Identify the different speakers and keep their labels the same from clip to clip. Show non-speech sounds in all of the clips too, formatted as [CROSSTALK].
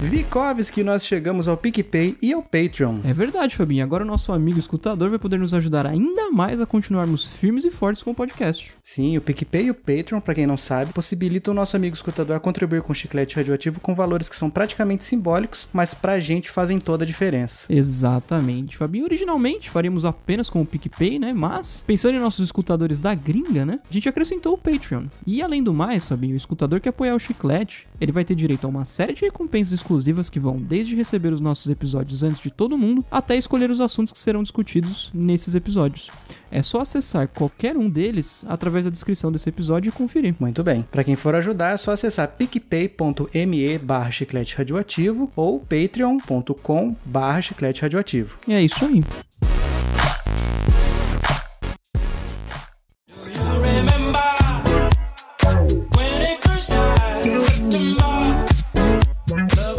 Speaker 1: Vikovski, nós chegamos ao PicPay e ao Patreon.
Speaker 2: É verdade, Fabinho. Agora o nosso amigo escutador vai poder nos ajudar ainda mais a continuarmos firmes e fortes com o podcast.
Speaker 1: Sim, o PicPay e o Patreon, pra quem não sabe, possibilitam o nosso amigo escutador a contribuir com o chiclete radioativo com valores que são praticamente simbólicos, mas pra gente fazem toda a diferença.
Speaker 2: Exatamente, Fabinho. Originalmente faríamos apenas com o PicPay, né? Mas, pensando em nossos escutadores da gringa, né? A gente acrescentou o Patreon. E além do mais, Fabinho, o escutador que apoiar o chiclete, ele vai ter direito a uma série de recompensas exclusivas que vão desde receber os nossos episódios antes de todo mundo até escolher os assuntos que serão discutidos nesses episódios. É só acessar qualquer um deles através da descrição desse episódio e conferir.
Speaker 1: Muito bem. Pra quem for ajudar, é só acessar picpay.me barra chiclete radioativo ou patreon.com barra chiclete radioativo.
Speaker 2: E é isso aí.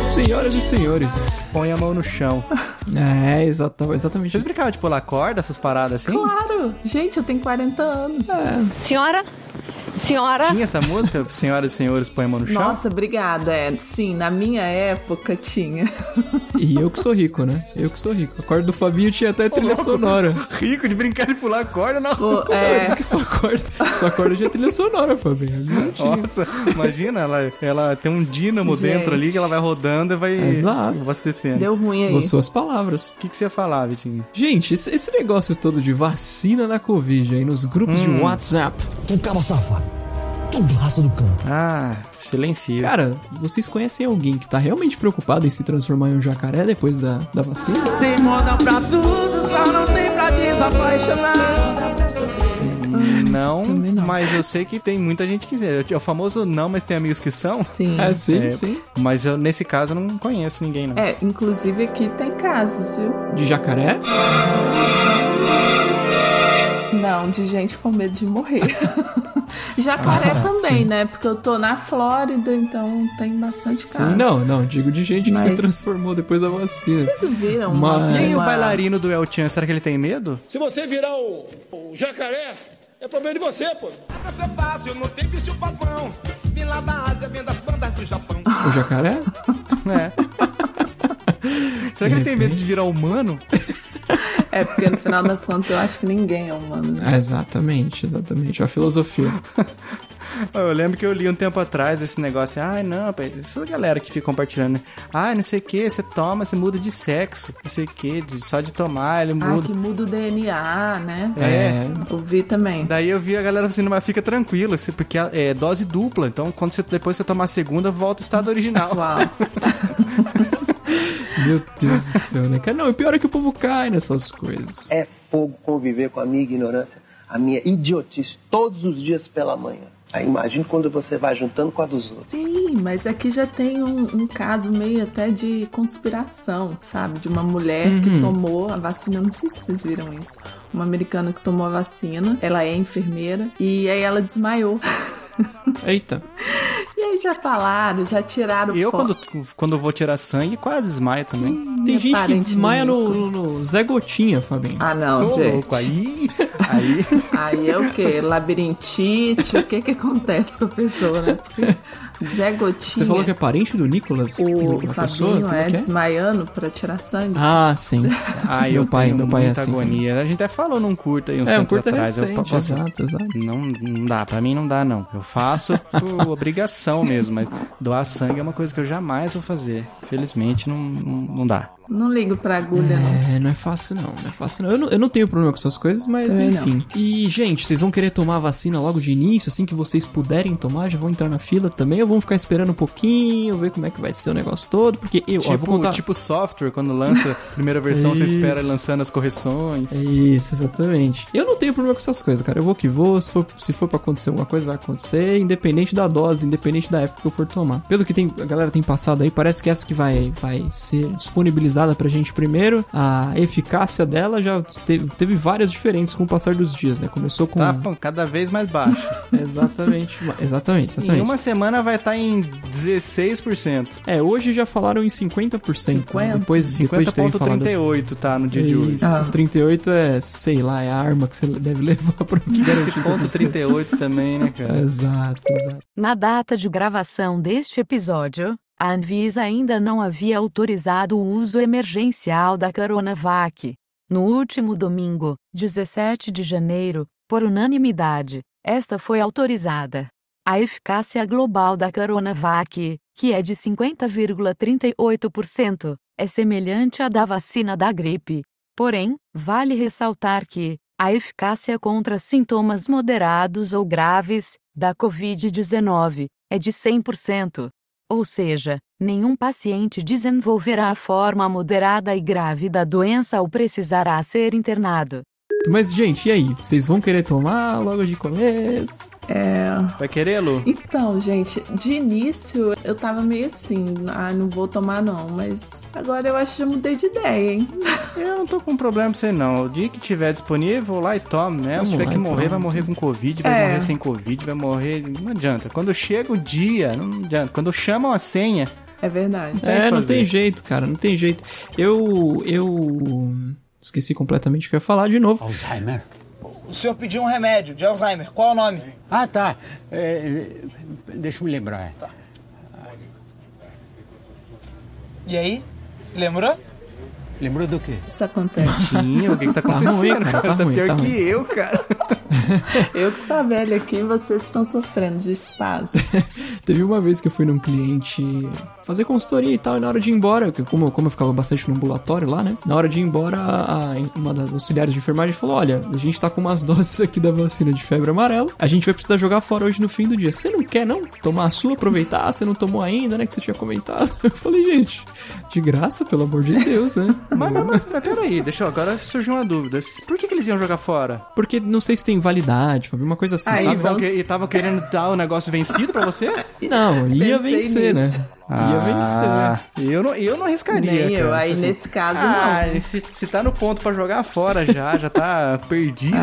Speaker 1: Senhoras e senhores, põe a mão no chão.
Speaker 2: É, exata- exatamente.
Speaker 1: Vocês brincavam de pular corda, essas paradas assim?
Speaker 3: Claro! Gente, eu tenho 40 anos.
Speaker 2: É.
Speaker 4: Senhora? Senhora?
Speaker 1: Tinha essa música, senhoras e senhores, põe a mão no chão?
Speaker 3: Nossa, obrigada. É, sim, na minha época tinha.
Speaker 2: E eu que sou rico, né? Eu que sou rico. A corda do Fabinho tinha até trilha sonora.
Speaker 1: Rico de brincar de pular corda na rua.
Speaker 3: Pô, [LAUGHS]
Speaker 2: [LAUGHS]
Speaker 3: é,
Speaker 2: Porque sua corda, sua corda tinha trilha sonora, Fabinho. Não tinha.
Speaker 3: [LAUGHS]
Speaker 1: Nossa, imagina, ela, ela tem um dínamo
Speaker 3: Gente.
Speaker 1: dentro ali que ela vai rodando e vai
Speaker 2: Exato.
Speaker 1: abastecendo.
Speaker 3: deu ruim aí.
Speaker 2: Com suas palavras.
Speaker 1: O que, que você ia falar, Vitinho?
Speaker 2: Gente, esse, esse negócio todo de vacina na Covid aí nos grupos
Speaker 1: Hum.
Speaker 2: de WhatsApp.
Speaker 5: Tu caba safado. Tu raça do cão.
Speaker 1: Ah, silencio.
Speaker 2: Cara, vocês conhecem alguém que tá realmente preocupado em se transformar em um jacaré depois da, da vacina?
Speaker 3: Tem moda pra tudo, só não tem pra desapaixonar.
Speaker 1: não,
Speaker 3: também não.
Speaker 1: mas eu sei que tem muita gente que quiser. É o famoso não, mas tem amigos que são.
Speaker 3: Sim.
Speaker 2: É, sim,
Speaker 1: É,
Speaker 2: sim.
Speaker 1: Mas eu, nesse caso, eu não conheço ninguém, não.
Speaker 3: É, inclusive aqui tem casos, viu?
Speaker 2: De jacaré?
Speaker 3: Não, de gente com medo de morrer. [LAUGHS] Jacaré
Speaker 2: Ah,
Speaker 3: também,
Speaker 2: sim.
Speaker 3: né? Porque eu tô na Flórida, então tem bastante casos.
Speaker 2: Sim, não, não. Digo de gente que se
Speaker 3: Mas-
Speaker 2: transformou depois da vacina.
Speaker 3: Vocês viram?
Speaker 2: Mas-
Speaker 1: E aí, o
Speaker 3: uma-
Speaker 1: bailarino do El Chan, será que ele tem
Speaker 3: [LAUGHS]
Speaker 1: medo?
Speaker 6: Se você virar um, um jacaré, é problema de você, pô.
Speaker 7: Essa é fácil, não tem bicho papão. Vim lá da Ásia, vem das bandas do Japão.
Speaker 2: O jacaré?
Speaker 3: [LAUGHS]
Speaker 1: É. será que ele tem medo de virar humano?
Speaker 3: É, porque no final das contas eu acho que ninguém é humano. né?
Speaker 2: Ah, exatamente, exatamente. É A filosofia.
Speaker 1: Eu lembro que eu li um tempo atrás esse negócio, ai não, pai, essa galera que fica compartilhando, né? ai não sei o que, você toma, você muda de sexo, não sei o que, só de tomar ele
Speaker 3: Ah,
Speaker 1: muda.
Speaker 3: que muda o DNA, né?
Speaker 1: É.
Speaker 3: Ouvi também.
Speaker 1: Daí eu vi a galera assim, mas fica tranquilo, assim, porque é dose dupla, então quando você, depois você tomar a segunda, volta o
Speaker 3: [LAUGHS]
Speaker 1: estado original.
Speaker 3: Uau.
Speaker 2: Meu Deus do céu, né? Cara, não, o pior é que o povo cai nessas coisas.
Speaker 8: É fogo conviver com a minha ignorância, a minha idiotice, todos os dias pela manhã. Aí imagina quando você vai juntando com a dos outros.
Speaker 3: Sim, mas aqui já tem um, um caso meio até de conspiração, sabe? De uma mulher
Speaker 2: Uhum.
Speaker 3: que tomou a vacina, não sei se vocês viram isso. Uma americana que tomou a vacina, ela é enfermeira, e aí ela desmaiou. [LAUGHS]
Speaker 2: Eita.
Speaker 3: E aí já falaram, já tiraram
Speaker 1: Eu,
Speaker 3: foto.
Speaker 1: quando, quando eu vou tirar sangue, quase desmaio também.
Speaker 3: Hum,
Speaker 2: Tem gente que
Speaker 3: Aparentemente,
Speaker 2: desmaia no,
Speaker 3: coisa.
Speaker 2: no- no Zé Gotinha, Fabinho.
Speaker 3: Ah,
Speaker 1: Ô,
Speaker 3: não, gente.
Speaker 1: louco, aí,
Speaker 3: [LAUGHS]
Speaker 1: aí,
Speaker 3: Aí é o quê? Labirintite? o que que acontece com a
Speaker 2: [LAUGHS]
Speaker 3: pessoa, né? Porque Zé Gotinha...
Speaker 2: Você falou que é parente do Nicolas?
Speaker 3: O,
Speaker 2: do-
Speaker 3: o
Speaker 2: da pessoa?
Speaker 3: Fabinho
Speaker 2: Como
Speaker 3: é,
Speaker 2: que é?
Speaker 3: desmaiando pra tirar sangue.
Speaker 2: Ah, sim.
Speaker 1: aí
Speaker 2: Meu
Speaker 1: eu
Speaker 2: pai-
Speaker 1: tenho
Speaker 2: meu pai é
Speaker 1: muita
Speaker 2: assim também.
Speaker 1: agonia. A gente até falou num curta aí uns
Speaker 2: é, um
Speaker 1: tempos
Speaker 2: curta
Speaker 1: atrás. eu
Speaker 2: recente. né?
Speaker 1: posso-
Speaker 2: Exato, exato.
Speaker 1: Não, não dá, pra mim não dá não. Eu faço
Speaker 2: [LAUGHS]
Speaker 1: por obrigação mesmo, mas doar sangue é uma coisa que eu jamais vou fazer. Felizmente não, não, não dá.
Speaker 3: Não ligo pra agulha, não.
Speaker 2: É, não é fácil não, não é fácil não. Eu não, eu não tenho problema com essas coisas, mas
Speaker 3: Também não.
Speaker 2: enfim. E, gente, vocês vão querer tomar a vacina logo de início, assim que vocês puderem tomar, já vão entrar na fila também, ou vão ficar esperando um pouquinho, ver como é que vai ser o negócio todo, porque eu, ó, vou
Speaker 1: Tipo,
Speaker 2: contar...
Speaker 1: tipo software, quando lança a primeira versão, você espera
Speaker 2: Isso. É.
Speaker 1: lançando as correções.
Speaker 2: Isso, exatamente. Eu não tenho problema com essas coisas, cara. Eu vou que vou, se for, se for pra acontecer alguma coisa, vai acontecer, independente da dose, independente da época que eu for tomar. Pelo que tem, a galera tem passado aí, parece que essa que vai, vai ser disponibilizada pra gente primeiro, a eficácia dela já teve, teve várias diferentes com o passar dos dias, né? Começou com...
Speaker 1: Tá pô, cada vez mais baixo.
Speaker 2: [LAUGHS] Exatamente, exatamente,
Speaker 1: em
Speaker 2: exatamente.
Speaker 1: uma semana vai estar em 16%.
Speaker 2: É, hoje já falaram em 50%. né?
Speaker 3: 50?
Speaker 2: Depois, depois de terem falado...
Speaker 1: 50,38 tá no dia de hoje.
Speaker 2: É Isso, 38 é, sei lá, é a arma que você deve [LAUGHS] levar pra
Speaker 1: Esse
Speaker 2: garantir que
Speaker 1: ponto
Speaker 2: você- É.
Speaker 1: 38 também, né, cara?
Speaker 2: [LAUGHS] Exato, exato.
Speaker 9: Na data de gravação deste episódio, A Anvisa ainda não havia autorizado o uso emergencial da Coronavac. No último domingo, 17 de janeiro, por unanimidade, esta foi autorizada. A eficácia global da Coronavac, que é de 50,38%, é semelhante à da vacina da gripe. Porém, vale ressaltar que, a eficácia contra sintomas moderados ou graves da Covid-19 é de 100%. Ou seja, nenhum paciente desenvolverá a forma moderada e grave da doença ou precisará ser internado.
Speaker 2: Mas, gente, e aí? Vocês vão querer tomar logo de começo?
Speaker 1: Vai querer, Lu?
Speaker 3: Então, gente, de início eu tava meio assim, ah, não vou tomar não, mas agora eu acho que já mudei de ideia, hein?
Speaker 1: Eu não tô com problema pra você, não. O dia que tiver disponível, eu vou lá e tomo, né?
Speaker 2: Vamos
Speaker 1: Se tiver
Speaker 2: lá então.
Speaker 1: que
Speaker 2: e
Speaker 1: morrer, vai
Speaker 2: pronto.
Speaker 1: morrer com Covid, vai
Speaker 3: É.
Speaker 1: morrer sem Covid, vai morrer. Não adianta. Quando chega o dia, não adianta. Quando chamam a senha,
Speaker 3: É verdade.
Speaker 1: tem
Speaker 2: É,
Speaker 1: que
Speaker 2: não
Speaker 1: fazer.
Speaker 2: tem jeito, cara, não tem jeito. Eu. Eu. Esqueci completamente o que eu ia falar de novo.
Speaker 10: Alzheimer?
Speaker 7: O senhor pediu um remédio de Alzheimer. Qual é o nome?
Speaker 10: Ah, tá. É, deixa eu me lembrar. é.
Speaker 7: Tá. E aí? Lembrou?
Speaker 10: Lembrou do quê?
Speaker 3: Isso
Speaker 2: [LAUGHS]
Speaker 3: acontece.
Speaker 1: sim, o que, que tá
Speaker 2: ruim,
Speaker 1: acontecendo,
Speaker 2: cara,
Speaker 1: cara?
Speaker 2: tá
Speaker 1: Tá,
Speaker 2: ruim,
Speaker 1: pior
Speaker 2: tá
Speaker 1: que
Speaker 2: ruim.
Speaker 1: eu, cara.
Speaker 3: Eu que sou a velha aqui, vocês estão sofrendo de espasmos.
Speaker 2: [LAUGHS] Teve uma vez que eu fui num cliente fazer consultoria e tal, e na hora de ir embora, que como, como eu ficava bastante no ambulatório lá, né? Na hora de ir embora, a- a- uma das auxiliares de enfermagem falou: Olha, a gente tá com umas [LAUGHS] doses aqui da vacina de febre amarela, a gente vai precisar jogar fora hoje no fim do dia. Você não quer, não? Tomar a sua, aproveitar, você não tomou ainda, né? Que você tinha comentado. [LAUGHS] Eu falei, gente, de graça, pelo amor de Deus, né?
Speaker 1: Mas, mas, mas, mas peraí, deixa eu. Agora surgiu uma dúvida. Por que, que eles iam jogar fora?
Speaker 2: Porque não sei se tem validade, Fábio, uma coisa assim,
Speaker 3: Aí,
Speaker 1: E
Speaker 2: sabe?
Speaker 1: estavam
Speaker 3: vamos-
Speaker 1: querendo dar o negócio vencido pra você?
Speaker 2: Não, ia
Speaker 3: Pensei
Speaker 2: vencer,
Speaker 3: nisso.
Speaker 2: né? [LAUGHS] Ia vencer. né?
Speaker 1: vencer. Ah, Eu não, eu não arriscaria.
Speaker 3: Nem eu,
Speaker 1: cara.
Speaker 3: aí
Speaker 1: Assim,
Speaker 3: nesse caso não.
Speaker 1: Ah, se, se tá no ponto pra jogar fora já, já [LAUGHS] tá perdida,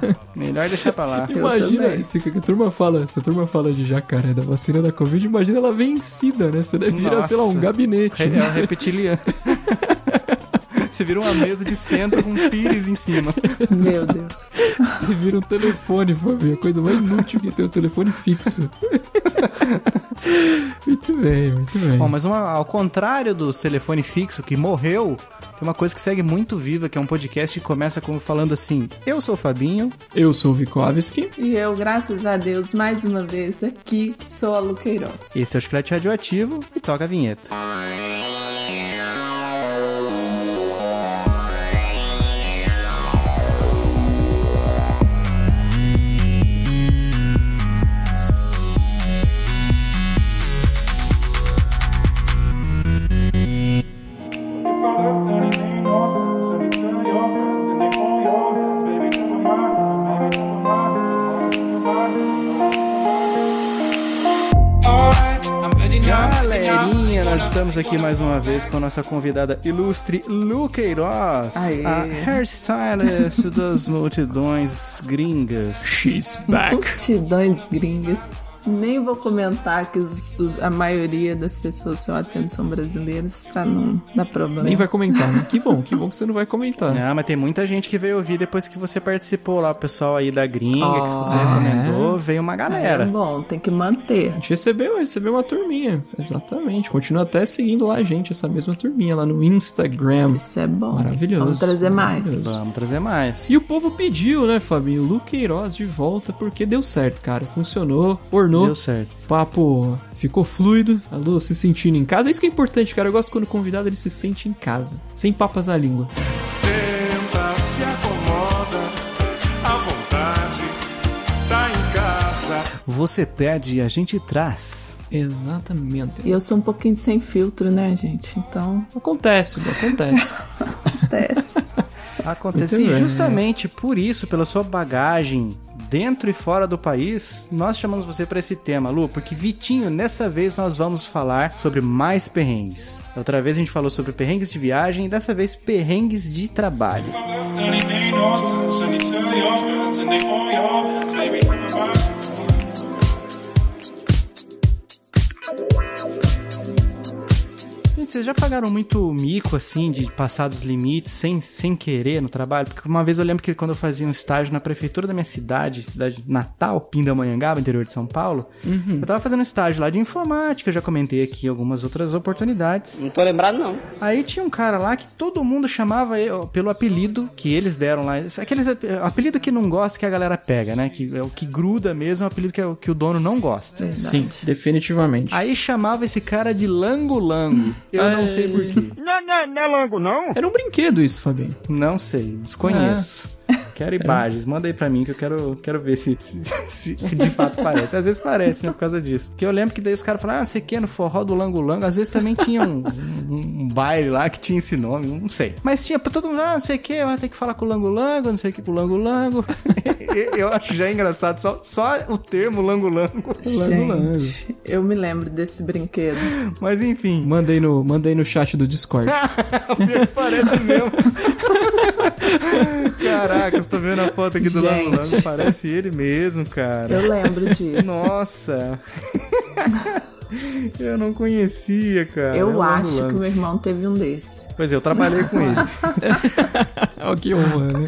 Speaker 3: É.
Speaker 1: melhor deixar pra lá.
Speaker 3: Eu
Speaker 2: Imagina,
Speaker 3: também.
Speaker 2: se a turma fala, se a turma fala de jacaré da vacina da Covid, imagina ela vencida, né? Você deve virar, sei lá, um
Speaker 1: Nossa.
Speaker 2: gabinete.
Speaker 1: É
Speaker 2: né?
Speaker 1: um reptiliano. [LAUGHS] Você vira uma mesa de centro com um pires em cima.
Speaker 3: Meu
Speaker 2: [LAUGHS]
Speaker 3: Deus.
Speaker 2: Você vira um telefone, Fabinho. A coisa mais inútil que tem um telefone [LAUGHS] fixo. muito bem, muito bem.
Speaker 1: Bom, mas uma- ao contrário dos telefone fixo que morreu, tem uma coisa que segue muito viva, que é um podcast que começa com, falando assim: Eu sou o Fabinho,
Speaker 2: Eu sou o Vikovski.
Speaker 3: E eu, graças a Deus, mais uma vez aqui, sou a Luqueiroz.
Speaker 1: esse é o Chiclete Radioativo e toca a vinheta. Galerinha, nós estamos aqui mais uma vez com a nossa convidada ilustre Lu Queiroz,
Speaker 3: Aê.
Speaker 1: a [LAUGHS] hairstylist das multidões gringas.
Speaker 2: She's back.
Speaker 3: Multidões gringas. Nem vou comentar que os- os- a maioria das pessoas que eu atendo são brasileiras pra não dar problema.
Speaker 2: Nem vai comentar, né? Que bom, que bom que você não vai comentar.
Speaker 1: Ah, mas tem muita gente que veio ouvir depois que você participou lá, o pessoal aí da gringa, que você
Speaker 2: Ah,
Speaker 1: recomendou, veio uma
Speaker 3: É
Speaker 1: galera.
Speaker 3: bom, tem que manter.
Speaker 2: A gente recebeu, recebeu uma turminha. Exatamente. Continua até seguindo lá a gente, essa mesma turminha lá no Instagram.
Speaker 3: Isso é bom.
Speaker 2: Maravilhoso,
Speaker 3: Vamos trazer mais.
Speaker 2: maravilhoso.
Speaker 1: Vamos trazer mais.
Speaker 2: E o povo pediu, né, Fabinho? Luqueiroz de volta, porque deu certo, cara. Funcionou, ornou.
Speaker 1: Deu certo.
Speaker 2: O papo ficou fluido, a Lu se sentindo em casa. É isso que é importante, cara. Eu gosto quando o convidado ele se sente em casa, sem papas na língua.
Speaker 7: Senta, se acomoda, à vontade, tá em casa.
Speaker 1: Você pede e a gente traz.
Speaker 2: Exatamente.
Speaker 3: E eu sou um pouquinho sem filtro, né, gente? Então,
Speaker 2: Acontece, Lu, acontece. [LAUGHS]
Speaker 3: acontece.
Speaker 1: Acontece
Speaker 2: Muito
Speaker 1: e
Speaker 2: bem.
Speaker 1: justamente por isso, pela sua bagagem dentro e fora do país, nós chamamos você para esse tema, Lu, porque Vitinho, nessa vez nós vamos falar sobre mais perrengues. Da Outra vez a gente falou sobre perrengues de viagem e dessa vez perrengues de trabalho. Gente, vocês já pagaram muito mico, assim, de passar dos limites sem, sem querer no trabalho? Porque uma vez eu lembro que quando eu fazia um estágio na prefeitura da minha cidade, cidade natal, Pindamonhangaba, interior de São Paulo, eu tava fazendo um estágio lá de informática, eu já comentei aqui algumas outras oportunidades.
Speaker 11: Não tô lembrado, não.
Speaker 1: Aí tinha um cara lá que todo mundo chamava ele, ó, pelo apelido que eles deram lá. Aqueles ap- apelido que não gosta que a galera pega, né? Que é o que gruda mesmo, é o apelido que, é o- que o dono não gosta.
Speaker 3: É.
Speaker 12: Sim, definitivamente.
Speaker 1: Aí chamava esse cara de Lango Lango. Eu não sei porquê.
Speaker 12: Não, não, não é lango, não? Era um brinquedo isso, Fabinho.
Speaker 1: Não sei, desconheço. Quero imagens, manda aí pra mim que eu quero, quero ver se, se- se de fato parece. Às vezes parece, né, por causa disso. Porque eu lembro que daí os caras falaram, ah, você quer no forró do Lango Lango? Às vezes também tinha um, um- um baile lá que tinha esse nome, não sei. Mas tinha pra todo mundo, ah, não sei o que, vai ter que falar com o Lango Lango, não sei o que com o Lango Lango. [LAUGHS] eu acho já engraçado, só, só o termo Lango Lango.
Speaker 3: Gente, eu me lembro desse brinquedo.
Speaker 1: Mas enfim.
Speaker 2: Mandei no, mandei no chat do [LAUGHS] Discord.
Speaker 1: [LAUGHS] Caraca, eu tô vendo a foto aqui do Lango
Speaker 3: Gente.
Speaker 1: Lango, parece ele mesmo, cara.
Speaker 2: [LAUGHS]
Speaker 3: Eu lembro disso.
Speaker 1: Nossa. [LAUGHS] Eu não conhecia, cara. É o
Speaker 3: eu
Speaker 1: Lango
Speaker 3: acho que
Speaker 1: Lango.
Speaker 3: meu irmão teve um desse.
Speaker 1: Pois é, eu trabalhei com eles.
Speaker 2: que honra, né?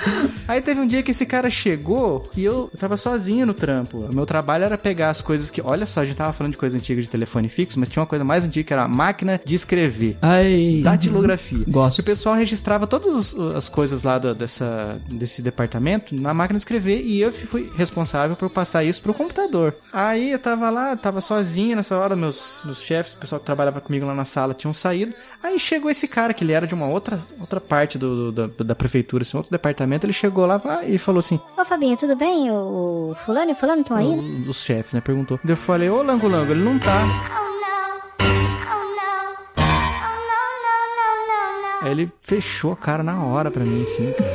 Speaker 1: Aí teve um dia que esse cara chegou e eu tava sozinho no trampo. O meu trabalho era pegar as coisas que. Olha só, a gente tava falando de coisa antiga de telefone fixo, mas tinha uma coisa mais antiga que era a máquina de escrever.
Speaker 2: Ai.
Speaker 1: Datilografia.
Speaker 2: Uhum. Gosto.
Speaker 1: O pessoal registrava todas as- as coisas lá da- dessa, desse departamento na máquina de escrever e eu fui responsável por passar isso pro computador. Aí eu tava lá, tava sozinho nessa hora, meus, meus chefes, o pessoal que trabalhava comigo lá na sala tinham saído. Aí chegou esse cara, que ele era de uma outra, outra parte do, do- da, da prefeitura, assim, outro departamento. Ele chegou lá ah, e falou assim:
Speaker 13: Ô Fabinho, tudo bem? O, o fulano e fulano estão aí?
Speaker 1: o- os chefes, né? Perguntou. Daí Eu falei: Ô Lango Lango, ele não tá.
Speaker 14: Oh,
Speaker 1: Aí ele fechou a cara na hora pra mim, assim, cara.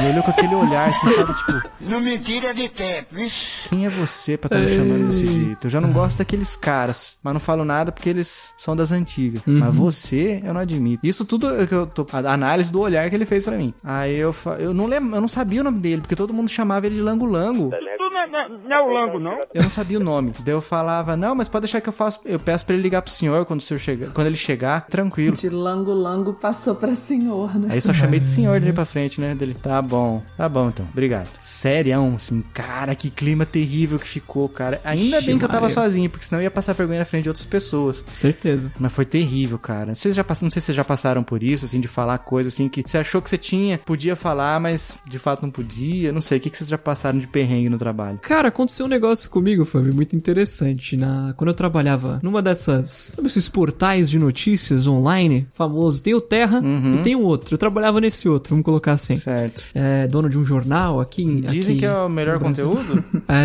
Speaker 1: Me olhou com aquele olhar, assim, sabe? Tipo,
Speaker 7: Não me tira de tempo, vixi.
Speaker 1: Quem é você pra estar me chamando desse jeito? Eu já não gosto daqueles caras, mas não falo nada porque eles são das antigas.
Speaker 2: Uhum.
Speaker 1: Mas você, eu não admito. Isso tudo é que eu tô, a análise do olhar que ele fez pra mim. Aí eu fa- eu não lembro, eu não sabia o nome dele, porque todo mundo chamava ele de Lango Lango.
Speaker 7: Tu não, não, não é o Lango, não?
Speaker 1: Eu não sabia o nome. Daí eu falava: "Não, mas pode deixar que eu faço, eu peço pra ele ligar pro senhor quando o senhor chegar, quando ele chegar, tranquilo".
Speaker 3: De Lango Lango passou pra senhor, né?
Speaker 1: Aí só chamei de senhor dele pra frente, né? Dele. Tá bom, tá bom então, obrigado. Sério, assim, cara, que clima terrível que ficou, cara. Ainda
Speaker 2: Ixi,
Speaker 1: bem que eu tava
Speaker 2: Maria.
Speaker 1: sozinho, porque senão eu ia passar vergonha na frente de outras pessoas.
Speaker 2: Certeza.
Speaker 1: Mas foi terrível, cara. Vocês já passaram, não sei se vocês já passaram por isso, assim, de falar coisa assim que você achou que você tinha, podia falar, mas de fato não podia. Não sei, o que, que vocês já passaram de perrengue no trabalho?
Speaker 2: Cara, aconteceu um negócio comigo, Fábio, muito interessante. Na... Quando eu trabalhava numa dessas. Sabe esses portais de notícias online famosos? Tem o Terra e tem o outro. Eu trabalhava nesse outro, vamos colocar assim.
Speaker 1: Uhum. Certo.
Speaker 2: É dono de um jornal aqui em.
Speaker 1: Dizem
Speaker 2: aqui
Speaker 1: que é o melhor
Speaker 2: no Brasil.
Speaker 1: conteúdo?
Speaker 2: [LAUGHS] É,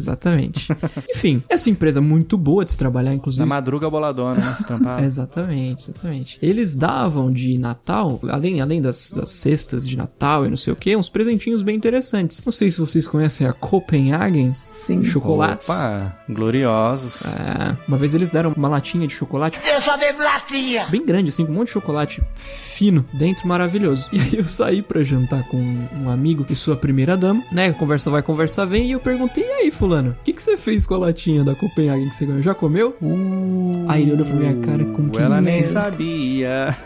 Speaker 1: [LAUGHS]
Speaker 2: exatamente. Enfim, essa empresa é muito boa de se trabalhar, inclusive.
Speaker 1: Na madruga boladona,
Speaker 2: [LAUGHS]
Speaker 1: né? Você trampava.
Speaker 2: É, Exatamente, exatamente. Eles davam de Natal, além, além das, das cestas de Natal e não sei o que, uns presentinhos bem interessantes. Não sei se vocês conhecem a Copenhagen Sim. chocolates.
Speaker 1: Opa, gloriosos.
Speaker 2: É, uma vez eles deram uma latinha de chocolate
Speaker 7: Eu só bebo latinha.
Speaker 2: bem grande, assim, com um monte de chocolate fino dentro, maravilhoso. E aí eu saí pra jantar com um amigo e sua primeira dama, né? Conversa vai, conversa vem. E eu perguntei, e aí, fulano, o que, que você fez com a latinha da Copenhagen que você ganhou? Já comeu? Aí ele olhou pra minha cara com que
Speaker 1: Uh, Ela nem
Speaker 2: licença.
Speaker 1: sabia.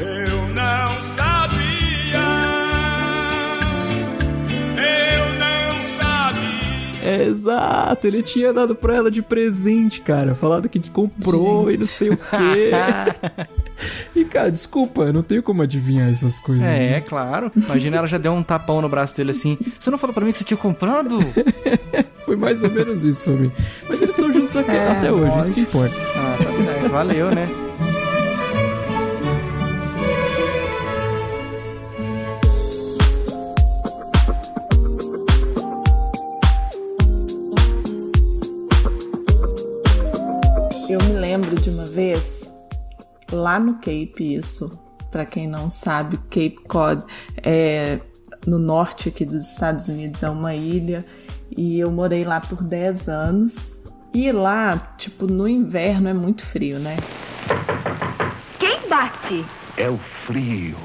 Speaker 7: Eu não sabia. Eu não sabia.
Speaker 2: É, Exato, ele tinha dado pra ela de presente, cara. Falado que comprou e não sei
Speaker 1: [LAUGHS]
Speaker 2: o quê. e, cara, desculpa, eu não tenho como adivinhar essas coisas.
Speaker 1: É, é
Speaker 2: né?
Speaker 1: claro. Imagina ela já deu um tapão no braço dele assim. Você não falou pra mim que você tinha comprado?
Speaker 2: Foi mais ou menos isso pra mim. Mas eles são juntos até,
Speaker 1: É,
Speaker 2: até hoje, isso
Speaker 1: lógico.
Speaker 2: que importa.
Speaker 1: Ah, tá certo. Valeu, né?
Speaker 3: Eu me lembro de uma vez, lá no Cape, isso, pra quem não sabe, Cape Cod é no norte aqui dos Estados Unidos, é uma ilha, e eu morei lá por 10 anos. E lá, tipo, no inverno é muito frio, né?
Speaker 15: Quem bate?
Speaker 7: É o frio.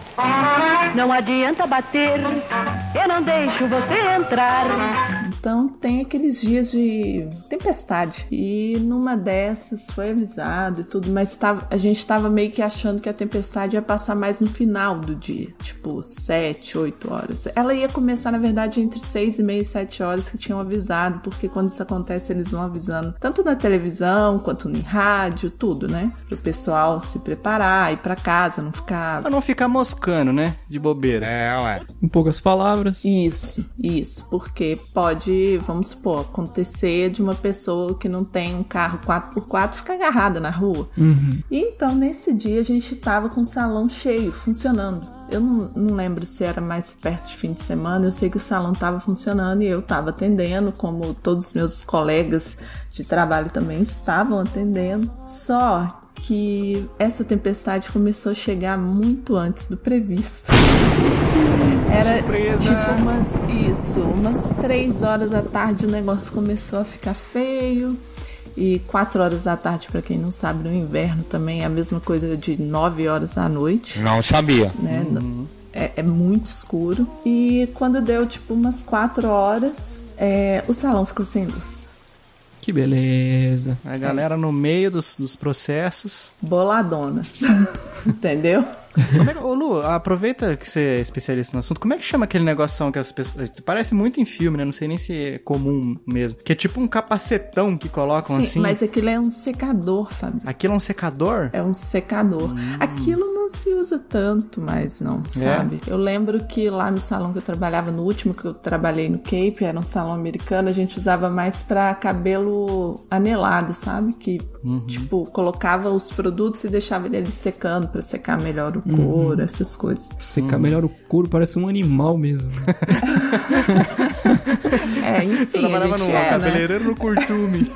Speaker 15: Não adianta bater, eu não deixo você entrar.
Speaker 3: Então tem aqueles dias de tempestade. E numa dessas foi avisado e tudo, mas tava, a gente tava meio que achando que a tempestade ia passar mais no final do dia, tipo 7, 8 horas. Ela ia começar, na verdade, entre 6 e meia e 7 horas que tinham avisado, porque quando isso acontece eles vão avisando tanto na televisão quanto em rádio, tudo, né? Pro pessoal se preparar, ir pra casa, não ficar.
Speaker 1: Pra não ficar moscando, né? De bobeira.
Speaker 2: É, ué. Em poucas palavras.
Speaker 3: Isso, isso. Porque pode, vamos supor, acontecer de uma pessoa que não tem um carro 4x4 ficar agarrada na rua.
Speaker 2: Uhum.
Speaker 3: E então, nesse dia, a gente tava com o salão cheio, funcionando. Eu não, não, lembro se era mais perto de fim de semana, eu sei que o salão estava funcionando e eu estava atendendo, como todos os meus colegas de trabalho também estavam atendendo. Só que essa tempestade começou a chegar muito antes do previsto. Era
Speaker 1: Surpresa.
Speaker 3: tipo umas isso, umas três horas da tarde o negócio começou a ficar feio. E 4 horas da tarde, para quem não sabe, no inverno também é a mesma coisa de 9 horas da noite.
Speaker 11: Não sabia.
Speaker 3: Né?
Speaker 1: Uhum.
Speaker 3: É, é muito escuro. E quando deu tipo umas 4 horas, é, o salão ficou sem luz.
Speaker 2: Que beleza.
Speaker 1: A galera no meio dos, dos processos.
Speaker 3: Boladona. [LAUGHS] Entendeu?
Speaker 1: Como é que- ô Lu, aproveita que você é especialista no assunto. Como é que chama aquele negocinho que as pessoas. Parece muito em filme, né? Não sei nem se é comum mesmo. Que é tipo um capacetão que colocam
Speaker 3: Sim,
Speaker 1: assim.
Speaker 3: mas aquilo é um secador, Fábio.
Speaker 1: Aquilo é um secador?
Speaker 3: É um secador. Aquilo não se usa tanto mais, não, sabe? Eu lembro que lá no salão que eu trabalhava, no último que eu trabalhei no Cape, era um salão americano, a gente usava mais pra cabelo anelado, sabe? Que, tipo, colocava os produtos e deixava ele ali secando pra secar melhor o couro, essas coisas.
Speaker 2: Secar melhor o couro, parece um
Speaker 1: [LAUGHS]
Speaker 2: animal mesmo.
Speaker 3: É, [LAUGHS] enfim, a gente é, né?
Speaker 1: no curtume.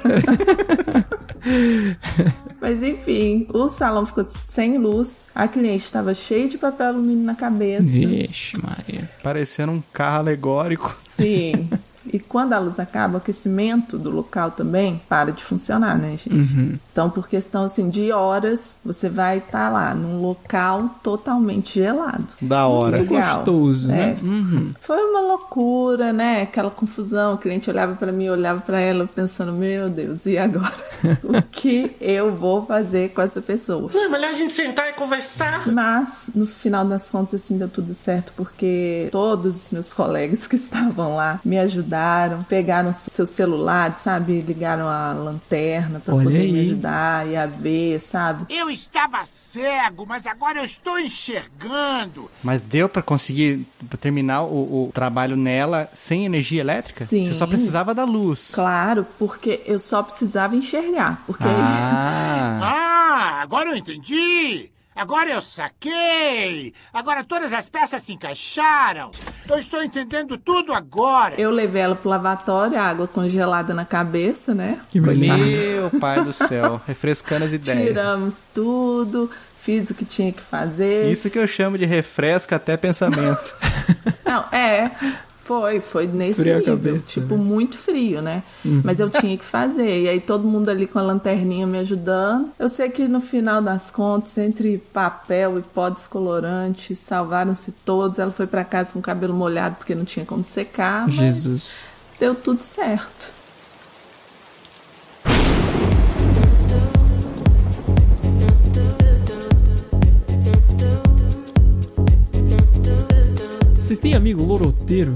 Speaker 3: Mas enfim, o salão ficou sem luz, a cliente estava cheia de papel alumínio na cabeça.
Speaker 2: Vixe, Maria.
Speaker 1: Parecendo um carro alegórico.
Speaker 3: Sim. [LAUGHS] E quando a luz acaba, o aquecimento do local também para de funcionar, né, gente?
Speaker 2: Uhum.
Speaker 3: Então, por questão assim de horas, você vai estar lá num local totalmente gelado.
Speaker 1: Da hora.
Speaker 3: Muito legal.
Speaker 2: Gostoso,
Speaker 3: É.
Speaker 2: né? Uhum.
Speaker 3: Foi uma loucura, né? Aquela confusão. O cliente olhava pra mim, eu olhava pra ela, pensando: Meu Deus, e agora? [LAUGHS] o que eu vou fazer com essa pessoa?
Speaker 12: É melhor a gente sentar e conversar.
Speaker 3: Mas no final das contas, assim, deu tudo certo, porque todos os meus colegas que estavam lá me ajudaram, pegaram seus celulares, sabe? Ligaram a lanterna pra
Speaker 2: Olha
Speaker 3: poder me
Speaker 2: aí.
Speaker 3: ajudar e a ver, sabe?
Speaker 16: Eu estava cego, mas agora eu estou enxergando.
Speaker 1: Mas deu pra conseguir terminar o, o trabalho nela sem energia elétrica?
Speaker 3: Sim.
Speaker 1: Você só precisava da luz.
Speaker 3: Claro, porque eu só precisava enxergar, porque
Speaker 1: Ah.
Speaker 16: Ah, agora eu entendi. Agora eu saquei. Agora todas as peças se encaixaram. Eu estou entendendo tudo
Speaker 2: Ah.
Speaker 16: agora.
Speaker 3: [LAUGHS] eu levei ela pro lavatório, a água congelada na cabeça, né?
Speaker 2: Que
Speaker 1: Meu pai do céu. Refrescando as ideias.
Speaker 3: Tiramos tudo, fiz o que tinha que fazer.
Speaker 1: Isso que eu chamo de refresca até pensamento.
Speaker 3: Não, é. Foi, foi nesse
Speaker 1: Esfriar a
Speaker 3: nível.
Speaker 1: cabeça,
Speaker 3: tipo,
Speaker 1: né?
Speaker 3: muito frio, né?
Speaker 1: Uhum.
Speaker 3: Mas eu tinha que fazer. E aí todo mundo ali com a lanterninha me ajudando. Eu sei que no final das contas, entre papel e pó descolorante, salvaram-se todos. Ela foi pra casa com o cabelo molhado porque não tinha como secar. Mas
Speaker 2: Jesus.
Speaker 3: Deu tudo certo.
Speaker 2: Vocês têm amigo loroteiro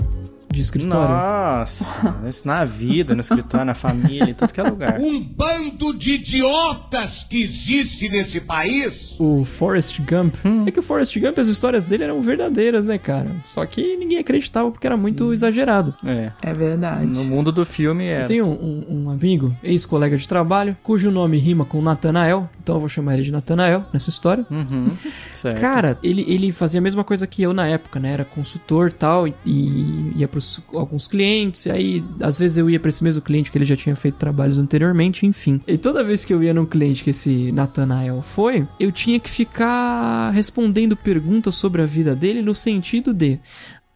Speaker 2: de escritório?
Speaker 1: Nossa, isso na vida, no escritório, na família, em tudo que é lugar.
Speaker 16: Um bando de idiotas que existe nesse país.
Speaker 2: O Forrest Gump. É que o Forrest Gump, as histórias dele eram verdadeiras, né, cara? Só que ninguém acreditava porque era muito exagerado.
Speaker 1: É.
Speaker 3: É verdade.
Speaker 1: No mundo do filme é.
Speaker 2: Eu tenho um, um- um amigo, ex-colega de trabalho, cujo nome rima com Natanael, então eu vou chamar ele de Natanael nessa história.
Speaker 1: Uhum, Certo.
Speaker 2: Cara, ele, ele fazia a mesma coisa que eu na época, né? Era consultor tal, e, e ia para alguns clientes, e aí às vezes eu ia pra esse mesmo cliente que ele já tinha feito trabalhos anteriormente, enfim. E toda vez que eu ia num cliente que esse Nathanael foi, eu tinha que ficar respondendo perguntas sobre a vida dele no sentido de.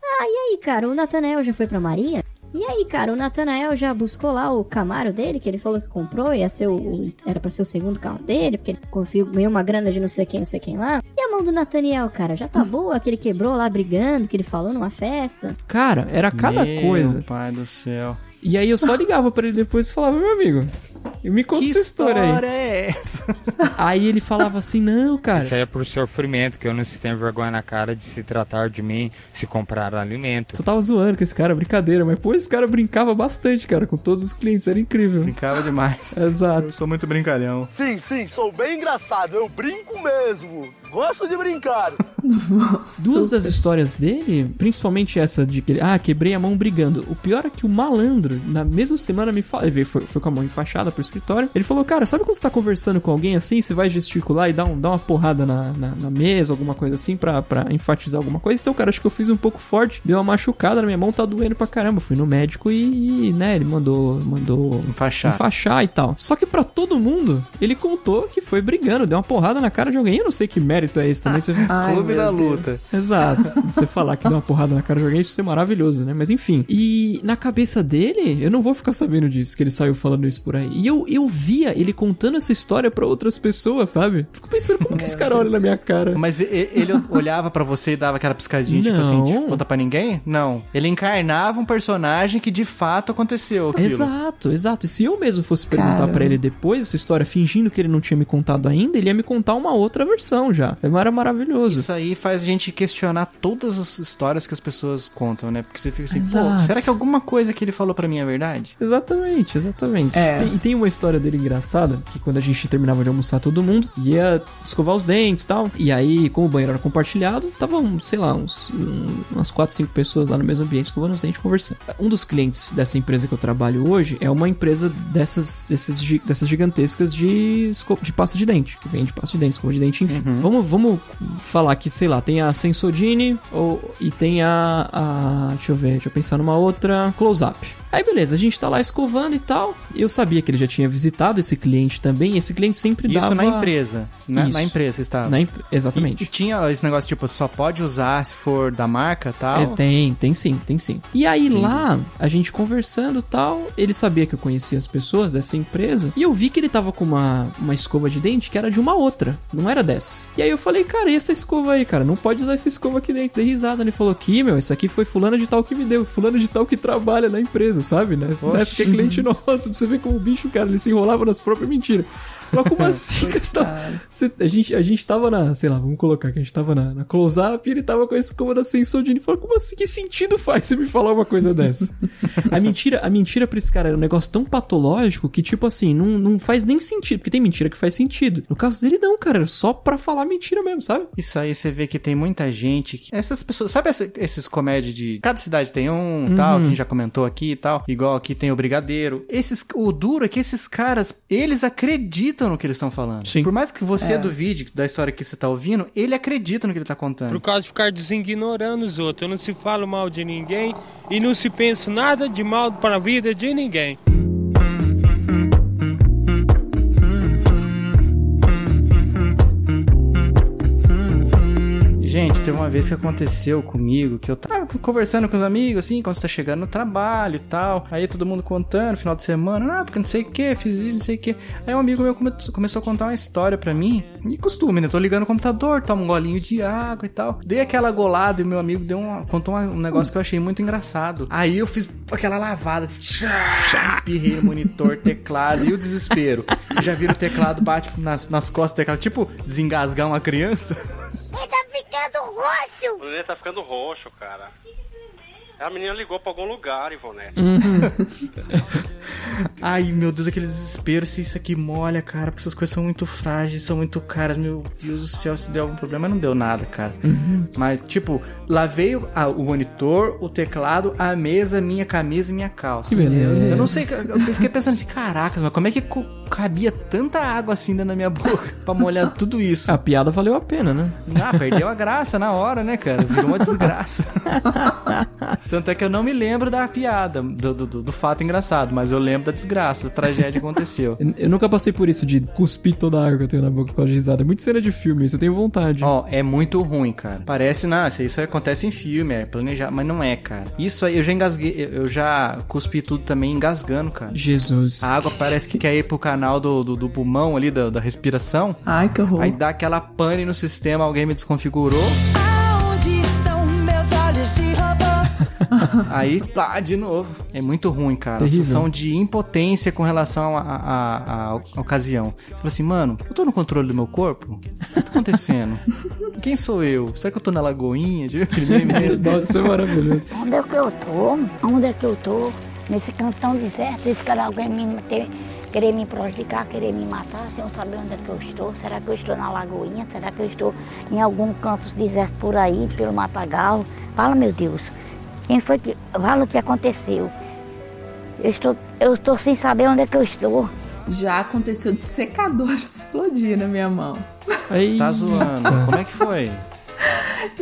Speaker 13: Ah, e aí, cara, o Natanael já foi pra Marinha? E aí, cara, o Natanael já buscou lá o Camaro dele, que ele falou que comprou, ia ser o, o- era pra ser o segundo carro dele, porque ele conseguiu, ganhou uma grana de não sei quem, não sei quem lá. E a mão do Nathaniel, cara, já tá boa, que ele quebrou lá brigando, que ele falou numa festa.
Speaker 2: Cara, era cada
Speaker 1: Meu
Speaker 2: coisa.
Speaker 1: pai do céu.
Speaker 2: E aí eu só ligava pra ele depois e falava, meu amigo, me conta
Speaker 1: que
Speaker 2: essa história,
Speaker 1: história
Speaker 2: aí.
Speaker 1: é essa?
Speaker 2: Aí ele falava assim, não, cara.
Speaker 11: Isso aí é pro sofrimento, que eu não se tenho vergonha na cara de se tratar de mim, se comprar alimento.
Speaker 2: Só tava zoando com esse cara, brincadeira. Mas, pô, esse cara brincava bastante, cara, com todos os clientes. Era incrível.
Speaker 1: Brincava
Speaker 2: [LAUGHS]
Speaker 1: demais.
Speaker 2: Exato.
Speaker 1: Eu sou muito brincalhão.
Speaker 17: Sim, sim, sou bem engraçado, eu brinco mesmo. Gosto de brincar.
Speaker 2: Duas das histórias dele, principalmente essa de que ele, ah, quebrei a mão brigando. O pior é que o malandro, na mesma semana, me falou. Ele veio- foi, foi com a mão enfaixada pro escritório. Ele falou, cara, sabe quando você tá conversando com alguém assim, você vai gesticular e dar, um, dar uma porrada na, na, na mesa, alguma coisa assim, pra, pra enfatizar alguma coisa? Então, cara, acho que eu fiz um pouco forte, deu uma machucada na minha mão, tá doendo pra caramba. Fui no médico e, e, né, ele mandou. mandou
Speaker 1: Enfaixar.
Speaker 2: enfaixar e tal. Só que pra todo mundo, ele contou que foi brigando, deu uma porrada na cara de alguém. Eu não sei que mérito é esse também. Você...
Speaker 1: Ai, Clube meu da luta. Deus.
Speaker 2: [LAUGHS] Exato. Você falar que deu uma porrada na cara de alguém, isso é maravilhoso, né? Mas enfim. E na cabeça dele, eu não vou ficar sabendo disso, que ele saiu falando isso por aí. E eu, eu via ele contando essa história pra outras pessoas, sabe? Fico pensando, como que esse cara olha na minha cara?
Speaker 1: Mas e- e- ele olhava pra você e dava aquela piscadinha, tipo assim,
Speaker 2: Não.
Speaker 1: tipo, conta pra ninguém? Não. Ele encarnava um personagem que de fato aconteceu é aquilo.
Speaker 2: Exato, exato. E se eu mesmo fosse perguntar
Speaker 1: Cara.
Speaker 2: pra ele depois essa história, fingindo que ele não tinha me contado ainda, ele ia me contar uma outra versão já. Era maravilhoso.
Speaker 1: Isso aí faz a gente questionar todas as histórias que as pessoas contam, né? Porque você fica assim, pô,
Speaker 2: Exato.
Speaker 1: será que alguma coisa que ele falou pra mim é verdade?
Speaker 2: Exatamente, exatamente. Tem- e tem uma história dele engraçada, que quando a gente terminava de almoçar todo mundo, ia escovar os dentes e tal. E aí, como o banheiro era compartilhado, tava, um, sei lá, uns, um- umas 4, 5 pessoas lá no mesmo ambiente escovando os dentes conversando. Um dos clientes dessa empresa que eu trabalho hoje é uma empresa dessas, desses, gi- dessas gigantescas de, esco- de pasta de dente, que vende pasta de dente, escova de dente, enfim.
Speaker 1: Uhum.
Speaker 2: Vamos, vamos falar que, sei lá, tem a Sensodine ou, e tem a, a- Deixa eu ver, deixa eu pensar numa outra. Close-up. Aí beleza, a gente tá lá escovando e tal. Eu sabia que ele já tinha visitado esse cliente também. e Esse cliente sempre
Speaker 1: Isso
Speaker 2: dava.
Speaker 1: na empresa. Na,
Speaker 2: Isso.
Speaker 1: na empresa estava.
Speaker 2: Na em- Exatamente.
Speaker 1: E, e tinha esse negócio, tipo, só pode usar se for da marca e tal.
Speaker 2: Mas É, tem, tem sim, tem sim. E aí lá, a gente conversando e tal, ele sabia que eu conhecia as pessoas dessa empresa, e eu vi que ele tava com uma, uma escova de dente que era de uma outra, não era dessa. E aí eu falei, cara, e essa escova aí, cara? Não pode usar essa escova aqui dentro. Dei risada, ele falou, que, meu, isso aqui foi fulano de tal que me deu, fulano de tal que trabalha na empresa, sabe, né? Isso não é
Speaker 1: Oxi.
Speaker 2: porque é cliente nosso, pra você ver como o bicho, cara, ele se enrolava nas próprias mentiras. Mas
Speaker 1: [LAUGHS]
Speaker 2: como assim, cara? Você tá- você- a, gente, a gente tava na, sei lá, vamos colocar que a gente tava na, na close-up e ele tava com a escova da Sensodine. Falou, como assim? Que sentido faz você me falar uma coisa
Speaker 1: [LAUGHS]
Speaker 2: dessa? a mentira a mentira pra esse cara era um negócio tão patológico que, tipo assim, não, não faz nem sentido. Porque tem mentira que faz sentido. No caso dele, não, cara. Era só pra falar mentira mesmo, sabe?
Speaker 1: Isso aí você vê que tem muita gente. Que... Essas pessoas. Sabe essa- esses comédias de. Cada cidade tem um
Speaker 2: Uhum.
Speaker 1: tal, que a gente já comentou aqui e tal. Igual aqui tem o Brigadeiro. Esses... O duro é que esses caras, eles acreditam no que eles estão falando. Por mais que você
Speaker 18: É.
Speaker 1: duvide da história que você tá ouvindo, ele acredita no que ele tá contando.
Speaker 18: Por causa de ficar designorando os outros. Eu não se falo mal de ninguém e não se penso nada de mal para a vida de ninguém.
Speaker 1: Gente, teve uma vez que aconteceu comigo que eu tava conversando com os amigos, assim, quando você tá chegando no trabalho e tal. Aí todo mundo contando, final de semana, ah, porque não sei o que, fiz isso, não sei o que. Aí um amigo meu come- começou a contar uma história pra mim. E costume, né? Eu tô ligando o computador, tomo um golinho de água e tal. Dei aquela golada e meu amigo deu uma, contou uma- um negócio que eu achei muito engraçado. Aí eu fiz aquela lavada, assim, espirrei no monitor, teclado e o desespero. Eu já vi o teclado bate nas, nas costas do teclado, tipo desengasgar uma criança.
Speaker 19: ficando roxo!
Speaker 20: O neném tá ficando roxo, cara. A menina ligou pra algum lugar, Ivonete.
Speaker 1: Ai, meu Deus, aquele desespero se isso aqui molha, cara, porque essas coisas são muito frágeis, são muito caras. Meu Deus do céu, se der algum problema, não deu nada, cara.
Speaker 2: Uhum.
Speaker 1: Mas, tipo, lavei o, ah, o monitor, o teclado, a mesa, minha camisa e minha calça.
Speaker 2: Que beleza.
Speaker 1: Eu não sei, eu fiquei pensando assim, caracas, mas como é que co- cabia tanta água assim dentro da minha boca pra molhar tudo isso?
Speaker 2: A piada valeu a pena, né?
Speaker 1: Ah, perdeu a graça na hora, né, cara? Virou uma [LAUGHS] desgraça. Tanto é que eu não me lembro da piada, do, do- do- do fato engraçado, mas eu lembro da desgraça, da tragédia que aconteceu.
Speaker 2: Eu- Eu nunca passei por isso de cuspir toda a água que eu tenho na boca por causa de risada. É muito cena de filme, isso eu tenho
Speaker 1: [LAUGHS]
Speaker 2: vontade.
Speaker 1: Ó, é muito ruim, cara. Parece, nossa, isso aí acontece em filme, é planejado, mas não é, cara. Isso aí, eu já engasguei, eu- eu já cuspi tudo também engasgando, cara.
Speaker 2: Jesus.
Speaker 1: A água parece que quer ir pro canal do, do, do pulmão ali, da, da respiração.
Speaker 3: Ai, que horror.
Speaker 1: Aí dá aquela pane no sistema, alguém me desconfigurou.
Speaker 19: Onde estão meus olhos de robô?
Speaker 1: [LAUGHS] Aí, pá, de novo. É muito ruim, cara.
Speaker 2: Terrível.
Speaker 1: Sensação de impotência com relação à a, ocasião. Você fala assim, mano, eu tô no controle do meu corpo? O que tá acontecendo? Quem sou eu? Será que eu tô na lagoinha? Já viu aquele [LAUGHS] meme?
Speaker 2: [LAUGHS] Nossa, é maravilhoso.
Speaker 14: Onde é que eu tô? Onde é que eu tô? Nesse cantão deserto, esse cara alguém me ter, querer me prejudicar, querer me matar, sem eu saber onde é que eu estou. Será que eu estou na lagoinha? Será que eu estou em algum canto deserto por aí, pelo matagal? Fala, meu Deus. Quem foi que. Fala o que aconteceu. Eu estou, eu estou sem saber onde é que eu estou.
Speaker 3: Já aconteceu de secador [LAUGHS] explodir na minha mão.
Speaker 1: Tá zoando. Como é que foi?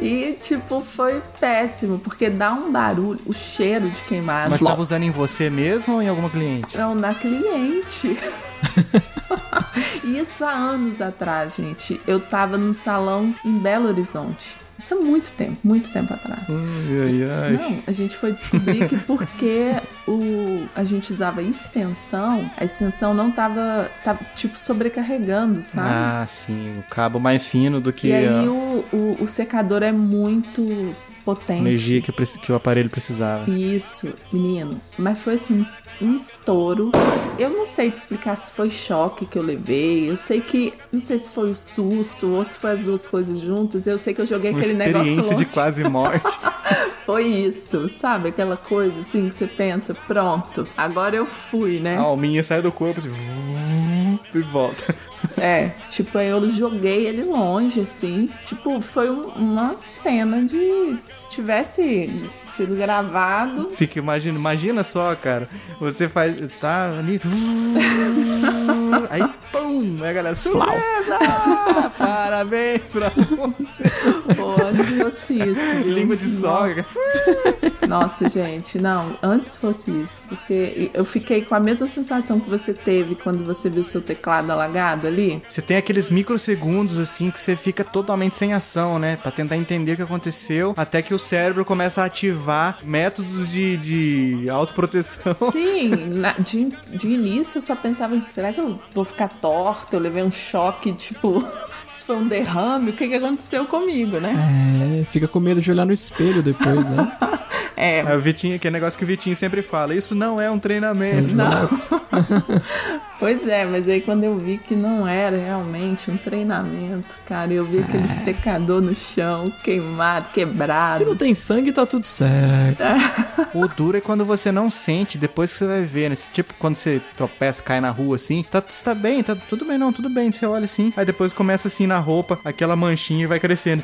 Speaker 3: E, tipo, foi péssimo, porque dá um barulho, o cheiro de queimado.
Speaker 1: Mas tá tava usando em você mesmo ou em alguma cliente?
Speaker 3: Não, na cliente. [LAUGHS] Isso há anos atrás, gente. Eu tava num salão em Belo Horizonte. Isso há muito tempo, muito tempo atrás.
Speaker 1: Hum, Ai, ai, ai.
Speaker 3: Não, a gente foi descobrir que porque o, a gente usava extensão, a extensão não tava, tava tipo, sobrecarregando, sabe?
Speaker 1: Ah, sim. O cabo mais fino do que
Speaker 3: e aí
Speaker 1: a
Speaker 3: o, o, o secador é muito potente.
Speaker 1: energia que, eu preci- que o aparelho precisava.
Speaker 3: Isso, menino. Mas foi assim, um estouro. Eu não sei te explicar se foi choque que eu levei. Eu sei que. Não sei se foi o susto ou se foi as duas coisas juntas. Eu sei que eu joguei
Speaker 1: Uma
Speaker 3: aquele negócio
Speaker 1: experiência
Speaker 3: longe.
Speaker 1: de quase
Speaker 3: [LAUGHS]
Speaker 1: morte.
Speaker 3: Foi isso, sabe? Aquela coisa assim que você pensa, pronto, agora eu fui, né?
Speaker 1: a alminha sai do corpo assim, e volta.
Speaker 3: É, tipo, aí eu joguei ele longe, assim. Tipo, foi um- uma cena de. Se tivesse sido gravado,
Speaker 1: Fica, imagina, imagina só, cara. Você faz. Tá ali. Aí, pum! Aí a galera. Surpresa! Parabéns pra você!
Speaker 3: Pô, se fosse
Speaker 1: [LAUGHS]
Speaker 3: isso. viu?
Speaker 1: Língua de sogra.
Speaker 3: Nossa, gente, não, antes fosse isso, porque eu fiquei com a mesma sensação que você teve quando você viu seu teclado alagado ali.
Speaker 1: Você tem aqueles microsegundos assim que você fica totalmente sem ação, né? Pra tentar entender o que aconteceu, até que o cérebro começa a ativar métodos de, de autoproteção.
Speaker 3: Sim, na- de, de início eu só pensava assim, será que eu vou ficar torta? Eu levei um choque, tipo, [LAUGHS] se foi um derrame, o que, que aconteceu comigo, né?
Speaker 2: É, fica com medo de olhar no espelho depois, [LAUGHS] né?
Speaker 3: É,
Speaker 1: É, o Vitinho, que é negócio que o Vitinho sempre fala. Isso não é um treinamento.
Speaker 3: Não. pois é, mas aí quando eu vi que não era realmente um treinamento, cara, eu vi aquele secador no chão, queimado, quebrado.
Speaker 2: Se não tem sangue, tá tudo certo.
Speaker 1: O duro é quando você não sente, depois que você vai ver, né? Tipo, quando você tropeça, cai na rua assim, tá, você tá bem, tá tudo bem, não, tudo bem. Você olha assim, aí depois começa assim na roupa, aquela manchinha e vai crescendo.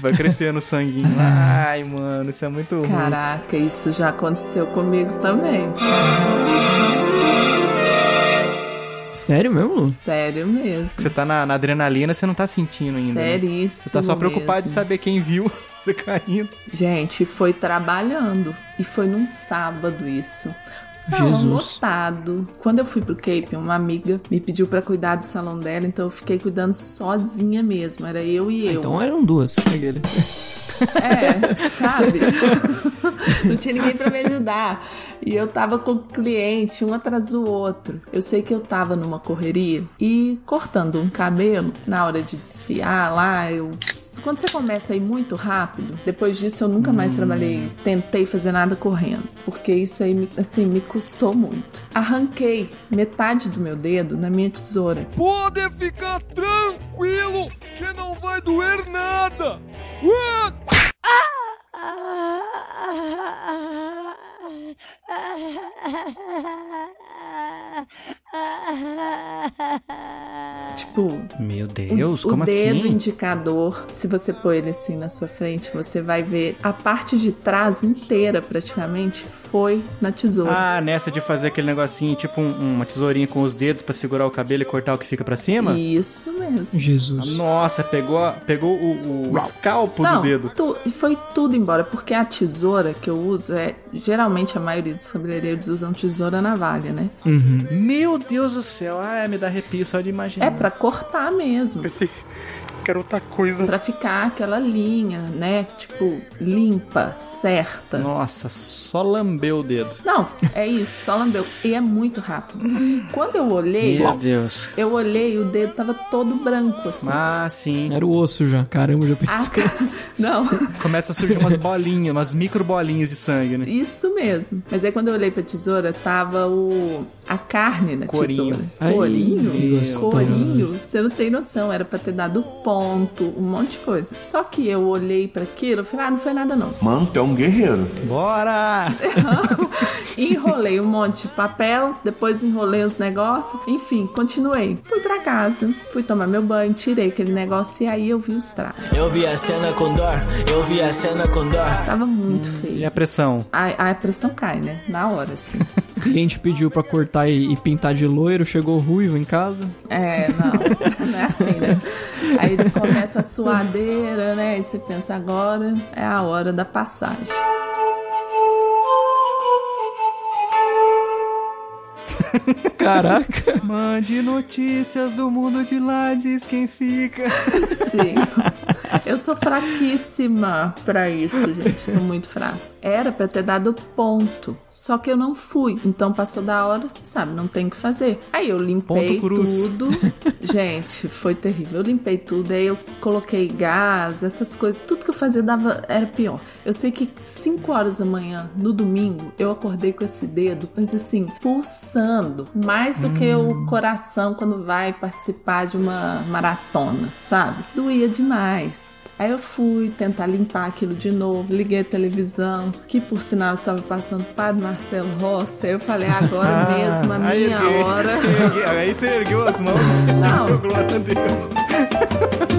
Speaker 1: Vai crescendo o sanguinho. Ai, mano, isso é muito ruim.
Speaker 3: Caraca, isso já aconteceu comigo também.
Speaker 2: Sério mesmo, Lu?
Speaker 3: Sério mesmo.
Speaker 1: Você tá na, na adrenalina, você não tá sentindo ainda. né?
Speaker 3: Seríssimo.
Speaker 1: Você tá só preocupado de
Speaker 3: mesmo.
Speaker 1: saber quem viu [LAUGHS] você caindo.
Speaker 3: Gente, foi trabalhando. E foi num sábado isso. Salão
Speaker 2: Jesus.
Speaker 3: lotado. Quando eu fui pro Cape, uma amiga me pediu pra cuidar do salão dela, então eu fiquei cuidando sozinha mesmo. Era eu
Speaker 1: Ah,
Speaker 3: e eu.
Speaker 2: Então eram duas. Aquele.
Speaker 3: É, sabe? [LAUGHS] Não tinha ninguém pra me ajudar. E eu tava com o cliente, um atrás do outro. Eu sei que eu tava numa correria e cortando um cabelo, na hora de desfiar lá, eu. Quando você começa a ir muito rápido, depois disso eu nunca mais trabalhei, tentei fazer nada correndo. Porque isso aí, me- assim, me custou muito. Arranquei metade do meu dedo na minha tesoura.
Speaker 7: Pode ficar tranquilo que não vai doer nada. Ué!
Speaker 3: Tipo,
Speaker 1: Meu
Speaker 3: o, o dedo
Speaker 1: assim?
Speaker 3: indicador, se você pôr ele assim na sua frente, você vai ver a parte de trás inteira praticamente foi na tesoura.
Speaker 1: Ah, nessa de fazer aquele negocinho, tipo um- uma tesourinha com os dedos pra segurar o cabelo e cortar o que fica pra cima?
Speaker 3: Isso
Speaker 1: [LAUGHS]
Speaker 3: mesmo.
Speaker 2: Jesus.
Speaker 1: Nossa, pegou, pegou o, o escalpo
Speaker 3: Não,
Speaker 1: do dedo.
Speaker 3: tu- e foi tudo embora, porque a tesoura que eu uso é. Geralmente a maioria dos cabeleireiros usam tesoura navalha, né?
Speaker 1: Meu Deus do céu, ah, me dá arrepio só de imaginar.
Speaker 3: É pra cortar mesmo.
Speaker 12: Esse qualquer outra coisa.
Speaker 3: Pra ficar aquela linha, né? Tipo, limpa,
Speaker 1: É
Speaker 3: certa.
Speaker 1: Nossa, só lambeu o dedo.
Speaker 3: Não, é isso, só lambeu. E é muito rápido. Quando eu olhei.
Speaker 1: Meu Deus.
Speaker 3: Eu olhei e o dedo tava todo branco, assim.
Speaker 1: Ah, sim.
Speaker 2: Era o osso já. Caramba, já pensei. [LAUGHS]
Speaker 3: Ah, não. [LAUGHS]
Speaker 1: Começa a surgir [LAUGHS] umas bolinhas, umas micro bolinhas de sangue, né?
Speaker 3: Isso mesmo. Mas aí quando eu olhei pra tesoura, tava o. a carne na
Speaker 1: Corinho.
Speaker 3: tesoura.
Speaker 1: Ai,
Speaker 3: Corinho.
Speaker 1: que gostoso.
Speaker 3: Corinho. Você não tem noção. Era pra ter dado ponto, um monte de coisa. Só que eu olhei pra aquilo e falei, ah, não foi nada não.
Speaker 1: Mano, tu é um guerreiro. Bora!
Speaker 3: enrolei um monte de papel, depois enrolei os negócios, enfim, continuei. Fui pra casa, fui tomar meu banho, tirei aquele negócio e aí eu vi os trapos.
Speaker 21: Eu vi a cena com dor, eu vi a cena com dor.
Speaker 3: Tava muito feio.
Speaker 1: E a pressão?
Speaker 3: A, a pressão cai, né? Na hora, assim.
Speaker 2: O cliente pediu pra cortar e, e pintar de loiro, chegou ruivo em casa.
Speaker 3: [LAUGHS] É, não, não é assim, né? Aí começa a suadeira, né? Aí você pensa, agora é a hora da passagem.
Speaker 2: Caraca.
Speaker 1: Mande notícias do mundo de lá, diz quem fica.
Speaker 3: Sim. Eu sou fraquíssima pra isso, gente. Sou muito fraca. Era pra ter dado ponto. Só que eu não fui. Então passou da hora, você sabe, não tem o que fazer. Aí eu limpei
Speaker 1: Ponto cruz.
Speaker 3: tudo. Gente, foi terrível. Eu limpei tudo, aí eu coloquei gás, essas coisas. Tudo que eu fazia dava era pior. Eu sei que 5 horas da manhã, no domingo, eu acordei com esse dedo, mas assim, pulsando. Mais do que
Speaker 2: Hum.
Speaker 3: o coração quando vai participar de uma maratona, sabe? Doía demais. Aí eu fui tentar limpar aquilo de novo, liguei a televisão, que por sinal estava passando Padre Marcelo Rossi. Aí eu falei,
Speaker 2: [LAUGHS]
Speaker 3: agora
Speaker 1: Ah,
Speaker 3: mesmo, a
Speaker 2: é
Speaker 1: aí
Speaker 3: minha
Speaker 1: erguei-
Speaker 3: hora.
Speaker 1: erguei- [LAUGHS] Aí você ergueu as mãos.
Speaker 3: Não.
Speaker 1: Deu glória a Deus.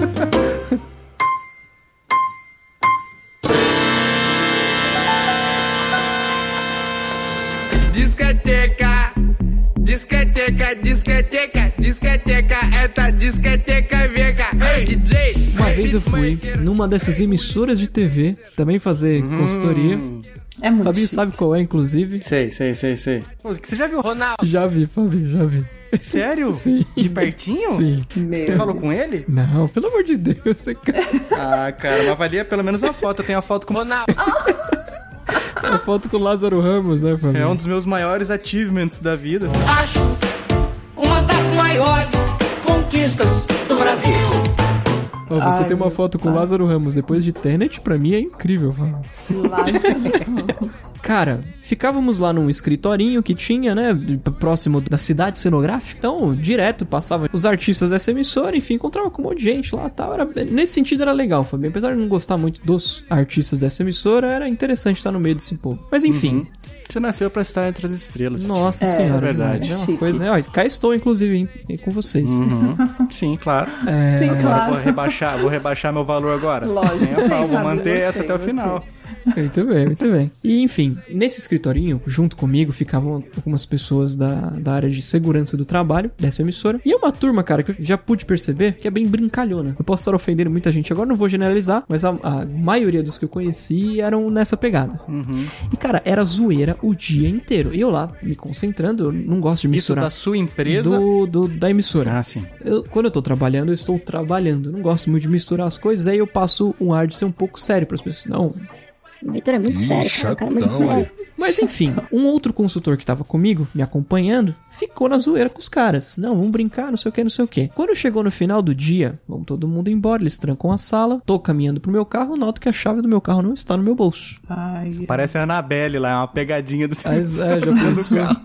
Speaker 22: Discoteca, discoteca, discoteca, discoteca, essa discoteca veca. Hey, DJ,
Speaker 2: Uma vez eu fui numa dessas emissoras de TV também fazer consultoria.
Speaker 3: É muito
Speaker 2: Fabinho sabe qual é, inclusive.
Speaker 1: Sei, sei, sei, sei. Você já viu Ronaldo?
Speaker 2: Já vi, Fabinho, já vi.
Speaker 1: [LAUGHS] Sério?
Speaker 2: Sim.
Speaker 1: De pertinho?
Speaker 2: Sim.
Speaker 1: Você falou com ele?
Speaker 2: Não, pelo amor de Deus, você cara.
Speaker 1: [LAUGHS] Ah, cara, mas valia pelo menos a foto. Eu tenho a foto com Ronaldo.
Speaker 2: Tem uma foto com o Lázaro Ramos, né,
Speaker 1: [LAUGHS]
Speaker 2: Fabinho?
Speaker 1: É um dos meus maiores achievements da vida.
Speaker 22: acho uma das maiores conquistas do Brasil.
Speaker 2: Ó, você
Speaker 22: Ai,
Speaker 2: tem uma foto com o Lázaro Ramos depois de Tenet, pra mim é incrível, Fabinho. [LAUGHS] Cara, ficávamos lá num escritorinho que tinha, né? Próximo da cidade cenográfica. Então, direto passava os artistas dessa emissora, enfim, encontrava com um monte de gente lá e tal. Era, nesse sentido era legal, Fabinho. Apesar de não gostar muito dos artistas dessa emissora, era interessante estar no meio desse povo. Mas enfim.
Speaker 1: Você nasceu pra estar entre as estrelas.
Speaker 2: Nossa
Speaker 1: Titi. Isso é
Speaker 2: senhora,
Speaker 1: verdade.
Speaker 2: É uma coisa, né? Ó, cá estou, inclusive, hein, e com vocês.
Speaker 1: Uhum. Sim, claro.
Speaker 2: É.
Speaker 1: Agora
Speaker 3: claro.
Speaker 1: eu vou rebaixar, vou rebaixar meu valor agora. Nem a
Speaker 3: sim,
Speaker 1: pau, vou
Speaker 3: Fábio,
Speaker 1: manter
Speaker 3: você,
Speaker 1: essa até o
Speaker 3: você.
Speaker 1: final.
Speaker 2: Muito bem, muito bem. E enfim, nesse escritorinho, junto comigo, ficavam algumas pessoas da, da área de segurança do trabalho dessa emissora. E é uma turma, cara, que eu já pude perceber que é bem brincalhona. Eu posso estar ofendendo muita gente agora, não vou generalizar, mas a, a maioria dos que eu conheci eram nessa pegada.
Speaker 1: Uhum.
Speaker 2: E, cara, era zoeira o dia inteiro. E eu lá, me concentrando, eu não gosto de
Speaker 1: Isso
Speaker 2: misturar.
Speaker 1: da sua empresa?
Speaker 2: Do, do- da emissora.
Speaker 1: Ah, sim.
Speaker 2: Eu- quando eu tô trabalhando, eu estou trabalhando. Eu Não gosto muito de misturar as coisas, aí eu passo um ar de ser um pouco sério pras pessoas. Não.
Speaker 13: O Vitor é muito sério, cara. O cara é muito sério.
Speaker 2: Mas enfim, um outro consultor que tava comigo, me acompanhando, ficou na zoeira com os caras. Não, vamos brincar, não sei o que, não sei o que. Quando chegou no final do dia, vamos todo mundo embora, eles trancam a sala, tô caminhando pro meu carro, noto que a chave do meu carro não está no meu bolso.
Speaker 1: Ah.
Speaker 3: Ai,
Speaker 1: Parece a Annabelle lá, é uma pegadinha do
Speaker 2: Aí, é, já
Speaker 1: do
Speaker 2: pensou? [LAUGHS]
Speaker 1: carro.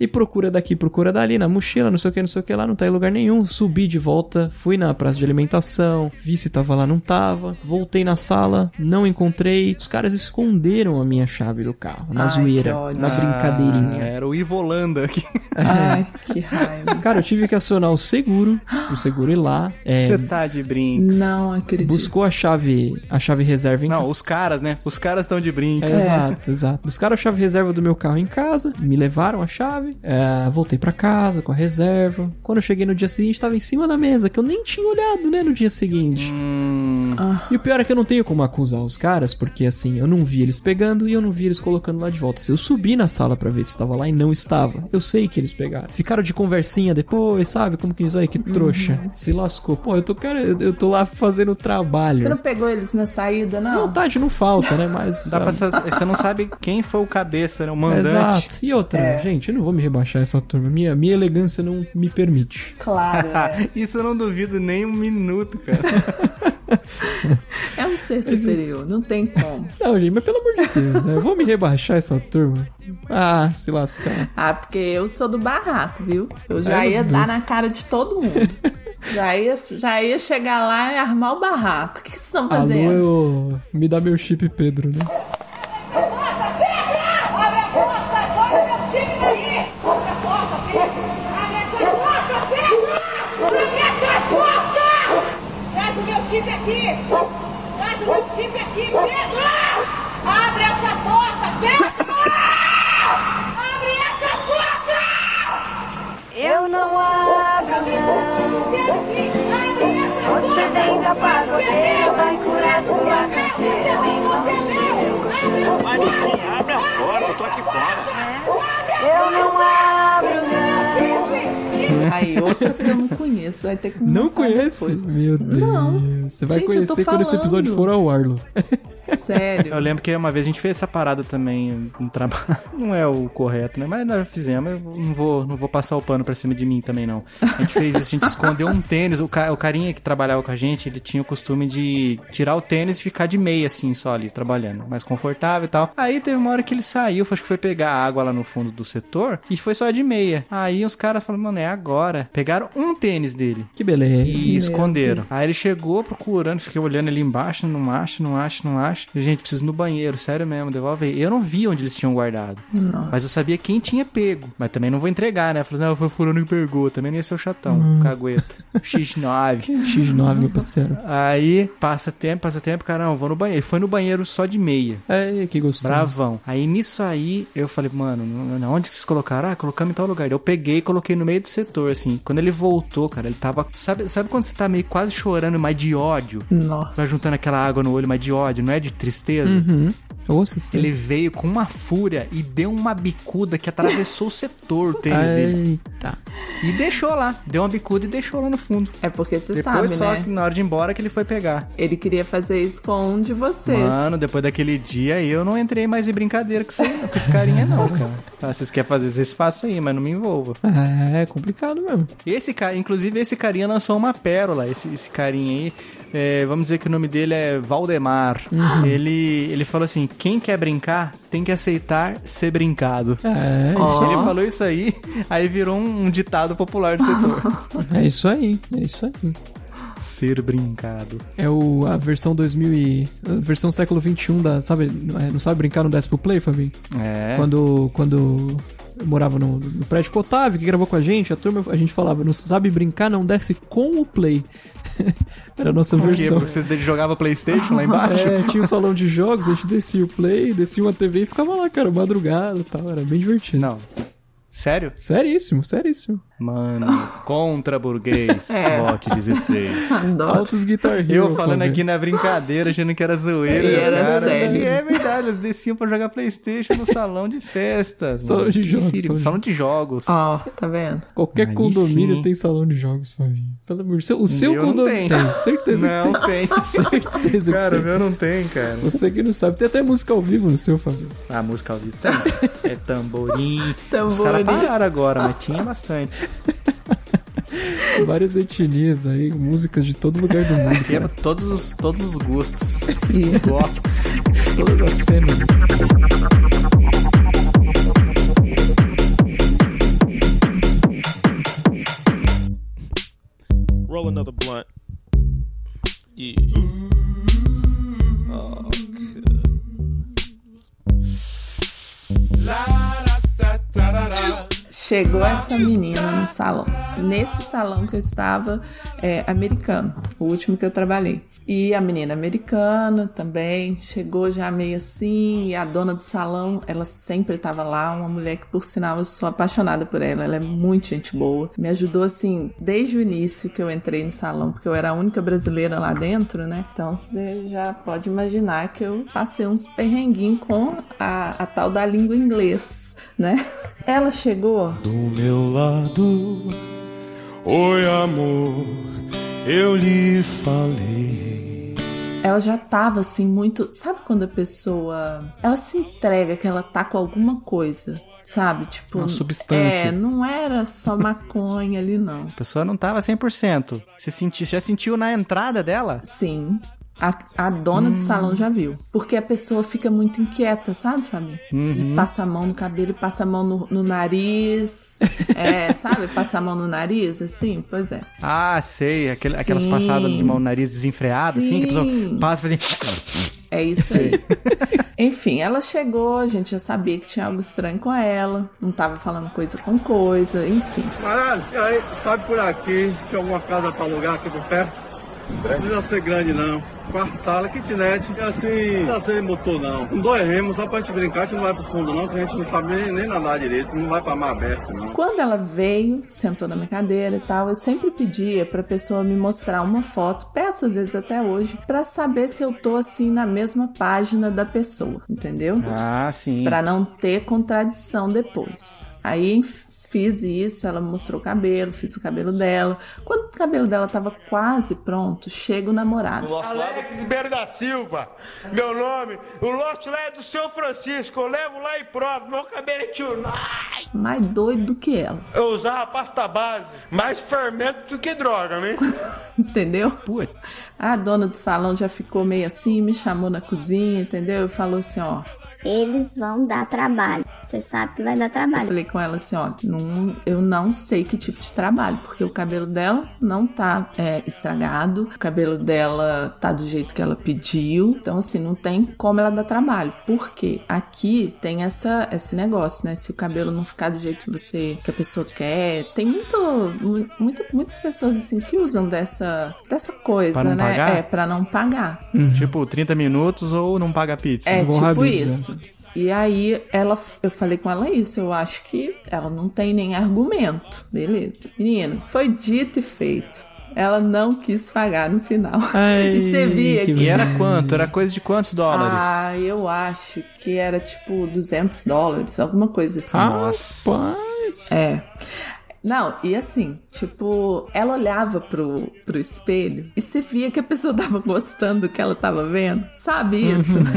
Speaker 2: E procura daqui, procura dali, na mochila, não sei o que, não sei o que lá, não tá em lugar nenhum. Subi de volta, fui na praça de alimentação, vi se tava lá, não tava. Voltei na sala, não encontrei. Os caras esconderam a minha chave do carro, na
Speaker 1: Ai,
Speaker 2: zoeira,
Speaker 1: que ódio.
Speaker 2: na brincadeirinha.
Speaker 1: Ah, era o Ivolanda aqui.
Speaker 3: Ai,
Speaker 1: É.
Speaker 3: que raiva.
Speaker 2: Cara, eu tive que acionar o seguro, o seguro ir lá. é,
Speaker 1: [LAUGHS] Você tá de brinks.
Speaker 3: Não acredito.
Speaker 2: buscou a chave, a chave reserva em
Speaker 1: Não, os caras, né? Os caras estão de brinks.
Speaker 2: É. Exato, exato. Buscaram a chave reserva do meu carro em casa, me levaram a chave, é, voltei pra casa com a reserva. Quando eu cheguei no dia seguinte, tava em cima da mesa, que eu nem tinha olhado, né, no dia seguinte.
Speaker 1: Hum.
Speaker 2: Ah. E o pior é que eu não tenho como acusar os caras, porque assim, eu não vi eles pegando e eu não vi eles colocando lá de volta. Eu subi na sala pra ver se estava lá e não estava. Eu sei que eles pegaram. Ficaram de conversinha depois, sabe? Como que diz aí, que trouxa. Se lascou. Pô, eu tô, cara, eu eu tô lá fazendo o trabalho.
Speaker 3: Você não pegou eles na saída, não?
Speaker 1: tá.
Speaker 2: Vontade não falta, né? Mas.
Speaker 1: Dá pra sa- você não sabe quem foi o cabeça, né? O mandante.
Speaker 2: Exato. E outra,
Speaker 3: É.
Speaker 2: gente, eu não vou me rebaixar essa turma. Minha, minha elegância não me permite.
Speaker 3: Claro.
Speaker 1: Isso eu não duvido nem um minuto, cara.
Speaker 3: É
Speaker 1: [LAUGHS]
Speaker 3: um ser superior, não tem como.
Speaker 2: Não, gente, mas pelo amor de Deus, né? eu vou me rebaixar essa turma. Ah, se lascar.
Speaker 3: Ah, porque eu sou do barraco, viu? Eu já
Speaker 2: Ai,
Speaker 3: ia
Speaker 2: meu
Speaker 3: dar
Speaker 2: Deus.
Speaker 3: na cara de todo mundo. já, ia, já ia chegar lá e armar o barraco. O que vocês estão
Speaker 2: Alô,
Speaker 3: fazendo?
Speaker 1: né?
Speaker 2: eu... me dá meu chip, Pedro, né?
Speaker 4: Traz o meu chip aqui! Traz o meu chip aqui, Pedro! Abre essa porta, Pedro! Abre essa porta! Eu não abro, não! Você vem capaz, você vai curar sua carteira. Manequim, abre a porta, eu tô aqui fora. Eu não abro, não!
Speaker 3: Aí, outra que eu não conheço, vai ter que me
Speaker 2: Não
Speaker 3: mostrar
Speaker 2: conhece?
Speaker 3: depois.
Speaker 2: Meu Deus.
Speaker 3: Não.
Speaker 2: Você vai
Speaker 3: Gente, eu tô
Speaker 2: conhecer quando esse
Speaker 3: falando.
Speaker 2: episódio for ao ar, Lu.
Speaker 3: Sério.
Speaker 1: Eu lembro que uma vez a gente fez essa parada também no trabalho. [LAUGHS] Não é o correto, né? Mas nós fizemos. Eu não vou, não vou passar o pano pra cima de mim também, não. A gente fez isso, a gente escondeu um tênis. O, ca- o carinha que trabalhava com a gente, ele tinha o costume de tirar o tênis e ficar de meia, assim, só ali, trabalhando. Mais confortável e tal. Aí teve uma hora que ele saiu, acho que foi pegar água lá no fundo do setor e foi só de meia. Aí os caras falaram, mano, é agora. Pegaram um tênis dele.
Speaker 2: Que beleza.
Speaker 1: E esconderam. Aí ele chegou procurando, fiquei olhando ali embaixo, não acho, não acho, não acho. E, gente, preciso ir no banheiro, sério mesmo, devolve aí. Eu não vi onde eles tinham guardado.
Speaker 3: Nossa.
Speaker 1: Mas eu sabia quem tinha pego. Mas também não vou entregar, né? Falei, não, foi fulano que pegou. Também não ia ser o chatão, cagueta.
Speaker 2: [LAUGHS]
Speaker 1: X9.
Speaker 2: X9, meu parceiro.
Speaker 1: Aí, passa tempo, passa tempo, cara, não, vou no banheiro. Ele foi no banheiro só de meia.
Speaker 2: É, que gostoso.
Speaker 1: Bravão. Aí nisso aí eu falei, mano, n- n- onde que vocês colocaram? Ah, colocamos em tal lugar. Daí Eu peguei e coloquei no meio do setor, assim. Quando ele voltou, cara, ele tava. Sabe, sabe quando você tá meio quase chorando, mas de ódio?
Speaker 3: Nossa.
Speaker 1: Vai juntando aquela água no olho, mas de ódio, não é de tristeza?
Speaker 2: Uhum. Ouça, sim.
Speaker 1: Ele veio com uma fúria e deu uma bicuda que atravessou o setor o tênis dele.
Speaker 2: Eita.
Speaker 1: E deixou lá. Deu uma bicuda e deixou lá no fundo.
Speaker 3: É porque você
Speaker 1: Depois
Speaker 3: sabe,
Speaker 1: só
Speaker 3: né?
Speaker 1: que na hora de ir embora que ele foi pegar.
Speaker 3: Ele queria fazer isso com um de vocês.
Speaker 1: Mano, depois daquele dia eu não entrei mais em brincadeira com, esse, com esse carinha, não, cara. Ah, vocês querem fazer, vocês façam aí, mas não me envolva.
Speaker 2: É, é complicado mesmo.
Speaker 1: Esse cara, inclusive, esse carinha lançou uma pérola, esse, esse carinha aí. É, vamos dizer que o nome dele é Valdemar.
Speaker 2: Uhum.
Speaker 1: Ele, ele falou assim: quem quer brincar tem que aceitar ser brincado.
Speaker 2: É, isso
Speaker 1: Ele
Speaker 2: aí.
Speaker 1: falou isso aí, aí virou um, um ditado popular do
Speaker 2: [LAUGHS]
Speaker 1: setor.
Speaker 2: É isso aí, é isso aí.
Speaker 1: ser brincado.
Speaker 2: É o, a versão 2000 e... A versão século 21 da... Sabe, é, não sabe brincar no Despo Play, Fabinho?
Speaker 1: É.
Speaker 2: Quando... Quando... Eu morava no, no prédio com o Otávio, que gravou com a gente. A turma, a gente falava, não sabe brincar, não desce com o play. [LAUGHS] Era a nossa
Speaker 1: Por quê?
Speaker 2: versão.
Speaker 1: Porque vocês jogavam Playstation
Speaker 2: [LAUGHS]
Speaker 1: lá embaixo?
Speaker 2: É, tinha um salão de jogos, a gente descia o play, descia uma TV e ficava lá, cara, madrugada e tal. Era bem divertido.
Speaker 1: Não. Sério?
Speaker 2: Seríssimo, seríssimo.
Speaker 3: [LAUGHS]
Speaker 1: Mano, contra burguês,
Speaker 2: É.
Speaker 1: vote 16.
Speaker 3: [LAUGHS] Adoro.
Speaker 2: Altos Guitar Hero.
Speaker 1: Eu falando
Speaker 2: Fábio.
Speaker 1: aqui na brincadeira, achando que era zoeira.
Speaker 3: E era
Speaker 1: cara.
Speaker 3: sério.
Speaker 1: E é verdade, eles desciam pra jogar Playstation no salão de festas.
Speaker 2: Salão
Speaker 1: mano.
Speaker 2: de
Speaker 1: Que
Speaker 2: jogos,
Speaker 1: filho,
Speaker 2: salão de-
Speaker 1: Salão de jogos.
Speaker 3: Ó, tá vendo?
Speaker 2: Qualquer
Speaker 1: Aí
Speaker 2: condomínio
Speaker 1: sim.
Speaker 2: tem salão de jogos, Fabinho. Pelo amor de Deus. O seu
Speaker 1: Meu não
Speaker 2: condomínio
Speaker 1: tem.
Speaker 2: Certeza
Speaker 1: Não
Speaker 2: que
Speaker 1: [LAUGHS]
Speaker 2: tem.
Speaker 1: tem.
Speaker 2: Certeza
Speaker 1: Cara, o
Speaker 2: que tem.
Speaker 1: meu não tem, cara.
Speaker 2: Você que não sabe. Tem até música ao vivo no seu, Fabinho.
Speaker 1: A música ao vivo tem. É tamborim. Os caras
Speaker 3: Tamborim.
Speaker 1: pararam agora, mas tinha bastante.
Speaker 2: Várias etnias aí, músicas de todo lugar do mundo.
Speaker 1: Quebra
Speaker 2: cara.
Speaker 1: todos os, todos os gostos. Os gostos.
Speaker 2: Todas as cenas.
Speaker 5: Roll another blunt. Yeah. Oh, God.
Speaker 3: Chegou essa menina no salão. Nesse salão que eu estava, é, americano, o último que eu trabalhei. E a menina americana também chegou já meio assim. E a dona do salão, ela sempre estava lá. Uma mulher que, por sinal, eu sou apaixonada por ela. Ela é muito gente boa. Me ajudou assim desde o início que eu entrei no salão, porque eu era a única brasileira lá dentro, né? Então você já pode imaginar que eu passei uns perrenguinhos com a, a tal da língua inglês, né? Ela chegou.
Speaker 6: Do meu lado, oi amor, eu lhe falei.
Speaker 3: Ela já tava assim muito. Sabe quando a pessoa. Ela se entrega que ela tá com alguma coisa sabe? Tipo,
Speaker 1: Uma substância.
Speaker 3: É, não era só maconha ali, não.
Speaker 1: A pessoa não tava 100%. Você, senti, você já sentiu na entrada dela?
Speaker 3: Sim. A, a dona do salão já viu. Porque a pessoa fica muito inquieta, sabe, Fabi?
Speaker 1: Uhum.
Speaker 3: E passa a mão no cabelo, e passa a mão no, no nariz. é, sabe? Passa a mão no nariz, assim? Pois é.
Speaker 1: Ah, sei. aquele- Aquelas
Speaker 3: Sim.
Speaker 1: passadas de mão no nariz desenfreada, assim, que a pessoa
Speaker 3: Sim.
Speaker 1: passa e faz assim.
Speaker 3: É isso aí. [LAUGHS] Enfim, ela chegou, a gente já sabia que tinha algo estranho com ela. Não tava falando coisa com coisa, enfim.
Speaker 8: Caralho, e aí, sabe por aqui se tem alguma casa pra alugar aqui por perto? Não precisa ser grande, não. Quarto, sala, kitnet, e assim, não precisa ser motor, não. Com dois remos, só pra gente brincar, a gente não vai pro fundo, não, que a gente não sabe nem, nem nadar direito, não vai pra mar aberto, não.
Speaker 3: Quando ela veio, sentou na minha cadeira e tal, eu sempre pedia pra pessoa me mostrar uma foto, peço às vezes até hoje, pra saber se eu tô assim na mesma página da pessoa, entendeu?
Speaker 1: Ah, sim.
Speaker 3: Pra não ter contradição depois. Aí enf- fiz isso, ela me mostrou o cabelo, fiz o cabelo dela. Quando o cabelo dela tava quase pronto, chega o namorado.
Speaker 23: Alex Ribeiro da Silva, meu nome, o lote lá é do seu Francisco, eu levo lá e provo, meu cabelo é tio. Ai!
Speaker 3: Mais doido do que ela,
Speaker 23: Eu usava pasta base, mais fermento do que droga, né?
Speaker 3: [LAUGHS] entendeu? A dona do salão já ficou meio assim, me chamou na cozinha, entendeu? E falou assim, ó,
Speaker 24: Eles vão dar trabalho. Você sabe que vai dar
Speaker 3: Eu
Speaker 24: trabalho.
Speaker 3: falei com ela assim, olha, não- eu não sei que tipo de trabalho, porque o cabelo dela não tá é, estragado, o cabelo dela tá do jeito que ela pediu, então assim, não tem como ela dar trabalho, porque aqui tem essa, esse negócio, né, se o cabelo não ficar do jeito que você, que a pessoa quer, tem muito, mu- muito- muitas pessoas assim que usam dessa, dessa coisa,
Speaker 1: Pra não
Speaker 3: né,
Speaker 1: pagar?
Speaker 3: é, pra não pagar.
Speaker 1: Tipo, 30 minutos ou não paga pizza.
Speaker 3: É tipo isso. E aí ela, eu falei com ela isso, eu acho que ela não tem nem argumento. Beleza. Menina, foi dito e feito. Ela não quis pagar no final. e você via que.
Speaker 1: E era quanto? Era coisa de quantos dólares?
Speaker 3: Ah, eu acho que era tipo 200 dólares, alguma coisa assim.
Speaker 1: Nossa.
Speaker 3: É. Não, e assim, tipo, ela olhava pro, pro espelho e você via que a pessoa [LAUGHS] tava gostando do que ela tava vendo. Sabe
Speaker 1: Uhum.
Speaker 3: isso? né?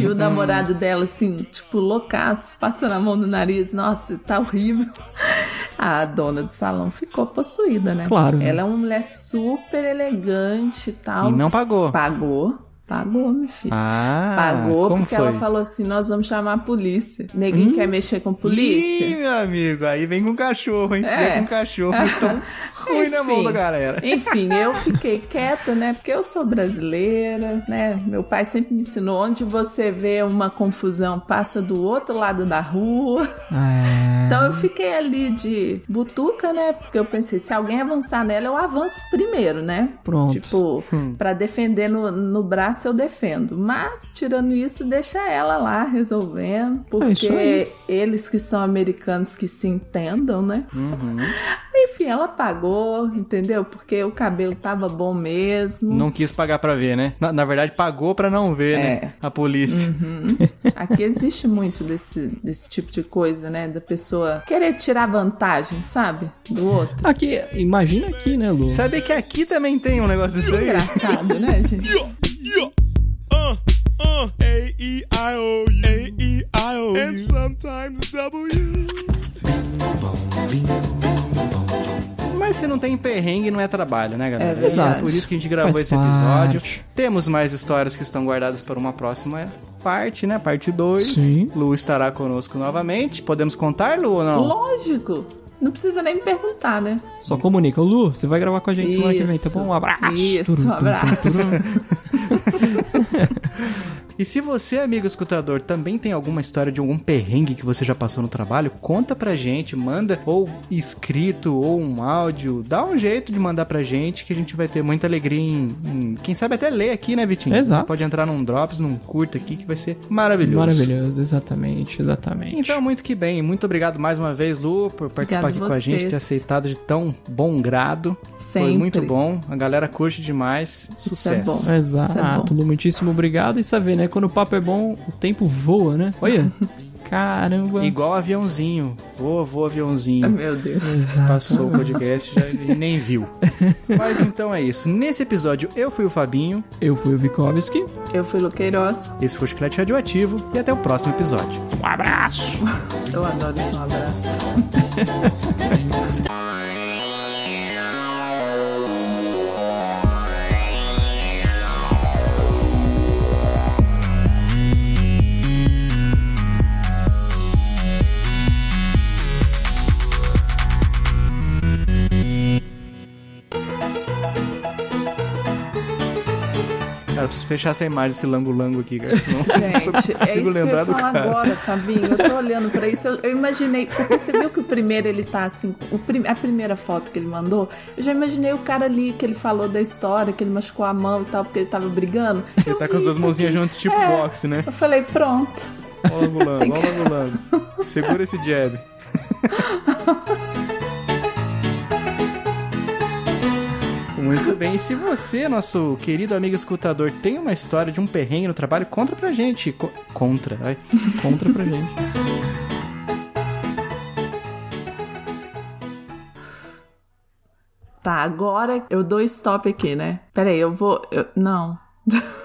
Speaker 3: e o namorado dela, assim, tipo, loucaço, passando a mão no nariz. Nossa, tá horrível. A dona do salão ficou possuída, né?
Speaker 2: Claro.
Speaker 3: Ela é uma mulher super elegante e tal.
Speaker 1: E não pagou.
Speaker 3: Pagou. Pagou, meu filho.
Speaker 1: Ah,
Speaker 3: Pagou
Speaker 1: como
Speaker 3: porque ela
Speaker 1: foi? Hum?
Speaker 3: falou assim: nós vamos chamar a polícia. Ninguém quer mexer com polícia.
Speaker 1: Ih, meu amigo, aí vem com cachorro, hein? Se
Speaker 3: É.
Speaker 1: vem com cachorro, vocês
Speaker 3: [LAUGHS]
Speaker 1: estão ruim na mão
Speaker 3: Enfim.
Speaker 1: da galera. [LAUGHS]
Speaker 3: Enfim, eu fiquei quieta, né? Porque eu sou brasileira, né? Meu pai sempre me ensinou: onde você vê uma confusão, passa do outro lado da rua.
Speaker 2: É.
Speaker 3: Então eu fiquei ali de butuca, né? Porque eu pensei: se alguém avançar nela, eu avanço primeiro, né?
Speaker 2: Pronto.
Speaker 3: Tipo,
Speaker 1: Hum.
Speaker 3: pra defender no, no braço, eu defendo. Mas, tirando isso, deixa ela lá resolvendo. Porque
Speaker 2: É isso aí.
Speaker 3: eles que são americanos que se entendam, né? Enfim, ela pagou, entendeu? Porque o cabelo tava bom mesmo.
Speaker 1: Não quis pagar pra ver, né? Na, na verdade, pagou pra não ver,
Speaker 3: É.
Speaker 1: né? A polícia.
Speaker 3: Uhum. [LAUGHS] Aqui existe muito desse, desse tipo de coisa, né? Da pessoa querer tirar vantagem, sabe? Do outro.
Speaker 1: Ah.
Speaker 2: Aqui, imagina aqui, né, Lu?
Speaker 1: Sabe que aqui também tem um negócio disso aí?
Speaker 3: É Engraçado, né, gente?
Speaker 5: Uh, A E I O U. A E I O U. And sometimes W.
Speaker 1: Mas se não tem perrengue, não é trabalho, né, galera?
Speaker 2: É verdade. Exato.
Speaker 1: Por isso que a gente gravou
Speaker 2: Faz
Speaker 1: esse episódio. Temos mais histórias que estão guardadas para uma próxima parte, né? Parte 2.
Speaker 2: Sim.
Speaker 1: Lu estará conosco novamente. Podemos contar, Lu, ou não?
Speaker 3: Lógico. Não precisa nem me perguntar, né?
Speaker 1: é-
Speaker 2: Só comunica. Lu, você vai gravar com a gente
Speaker 1: Ah,
Speaker 2: semana que vem, tá
Speaker 3: Isso.
Speaker 2: bom? Um abraço.
Speaker 3: Isso, um abraço.
Speaker 1: E se você, amigo escutador, também tem alguma história de algum perrengue que você já passou no trabalho, conta pra gente, manda ou escrito ou um áudio, dá um jeito de mandar pra gente que a gente vai ter muita alegria em, em- quem sabe até ler aqui, né, Vitinho?
Speaker 2: Exato.
Speaker 1: Pode entrar num drops, num curto aqui que vai ser maravilhoso.
Speaker 2: Maravilhoso, exatamente, exatamente.
Speaker 1: Então, muito que bem. Muito obrigado mais uma vez, Lu, por participar
Speaker 2: Obrigado
Speaker 1: aqui com a
Speaker 2: vocês.
Speaker 1: gente, ter aceitado de tão bom grado. Foi
Speaker 2: Sempre. é
Speaker 1: muito bom. A galera curte demais. Sucesso.
Speaker 2: Exato.
Speaker 1: é
Speaker 2: Lu, muitíssimo obrigado. E saber, né? Quando o papo é bom, o tempo voa, né?
Speaker 1: [LAUGHS]
Speaker 2: Olha. Caramba.
Speaker 1: Igual aviãozinho. Voa, voa, aviãozinho.
Speaker 2: Meu Deus. Exato.
Speaker 1: Passou o podcast já, e nem viu. Mas então é isso. Nesse episódio, eu fui o Fabinho.
Speaker 2: Eu fui o Vikovski.
Speaker 1: Eu fui o Luqueiroz. Esse foi o Chiclete Radioativo. E até o próximo episódio. Um abraço!
Speaker 3: Eu adoro esse um abraço.
Speaker 1: Cara, eu preciso fechar essa imagem desse lango-lango aqui, cara. Senão [LAUGHS] eu não
Speaker 3: Gente, é
Speaker 1: consigo
Speaker 3: isso que eu
Speaker 1: lembrar
Speaker 3: ia
Speaker 1: do
Speaker 3: falar
Speaker 1: cara.
Speaker 3: agora, Fabinho. Eu tô olhando pra isso. Eu, eu imaginei. Porque você viu que o primeiro ele tá assim. o prim- a primeira foto que ele mandou, eu já imaginei o cara ali que ele falou da história, que ele machucou a mão e tal, porque ele tava brigando.
Speaker 1: Ele tá com as duas mãozinhas juntas, tipo
Speaker 3: É.
Speaker 1: boxe, né?
Speaker 3: Eu falei, pronto.
Speaker 1: Ó o lango-lango, ó o lango-lango. Segura esse jab. Muito bem, e se você, nosso querido amigo escutador, tem uma história de um perrengue no trabalho, conta pra gente. Co- contra, ai.
Speaker 2: Contra pra gente.
Speaker 3: Tá, agora eu dou stop aqui, né? Peraí, eu vou. eu- não. [LAUGHS]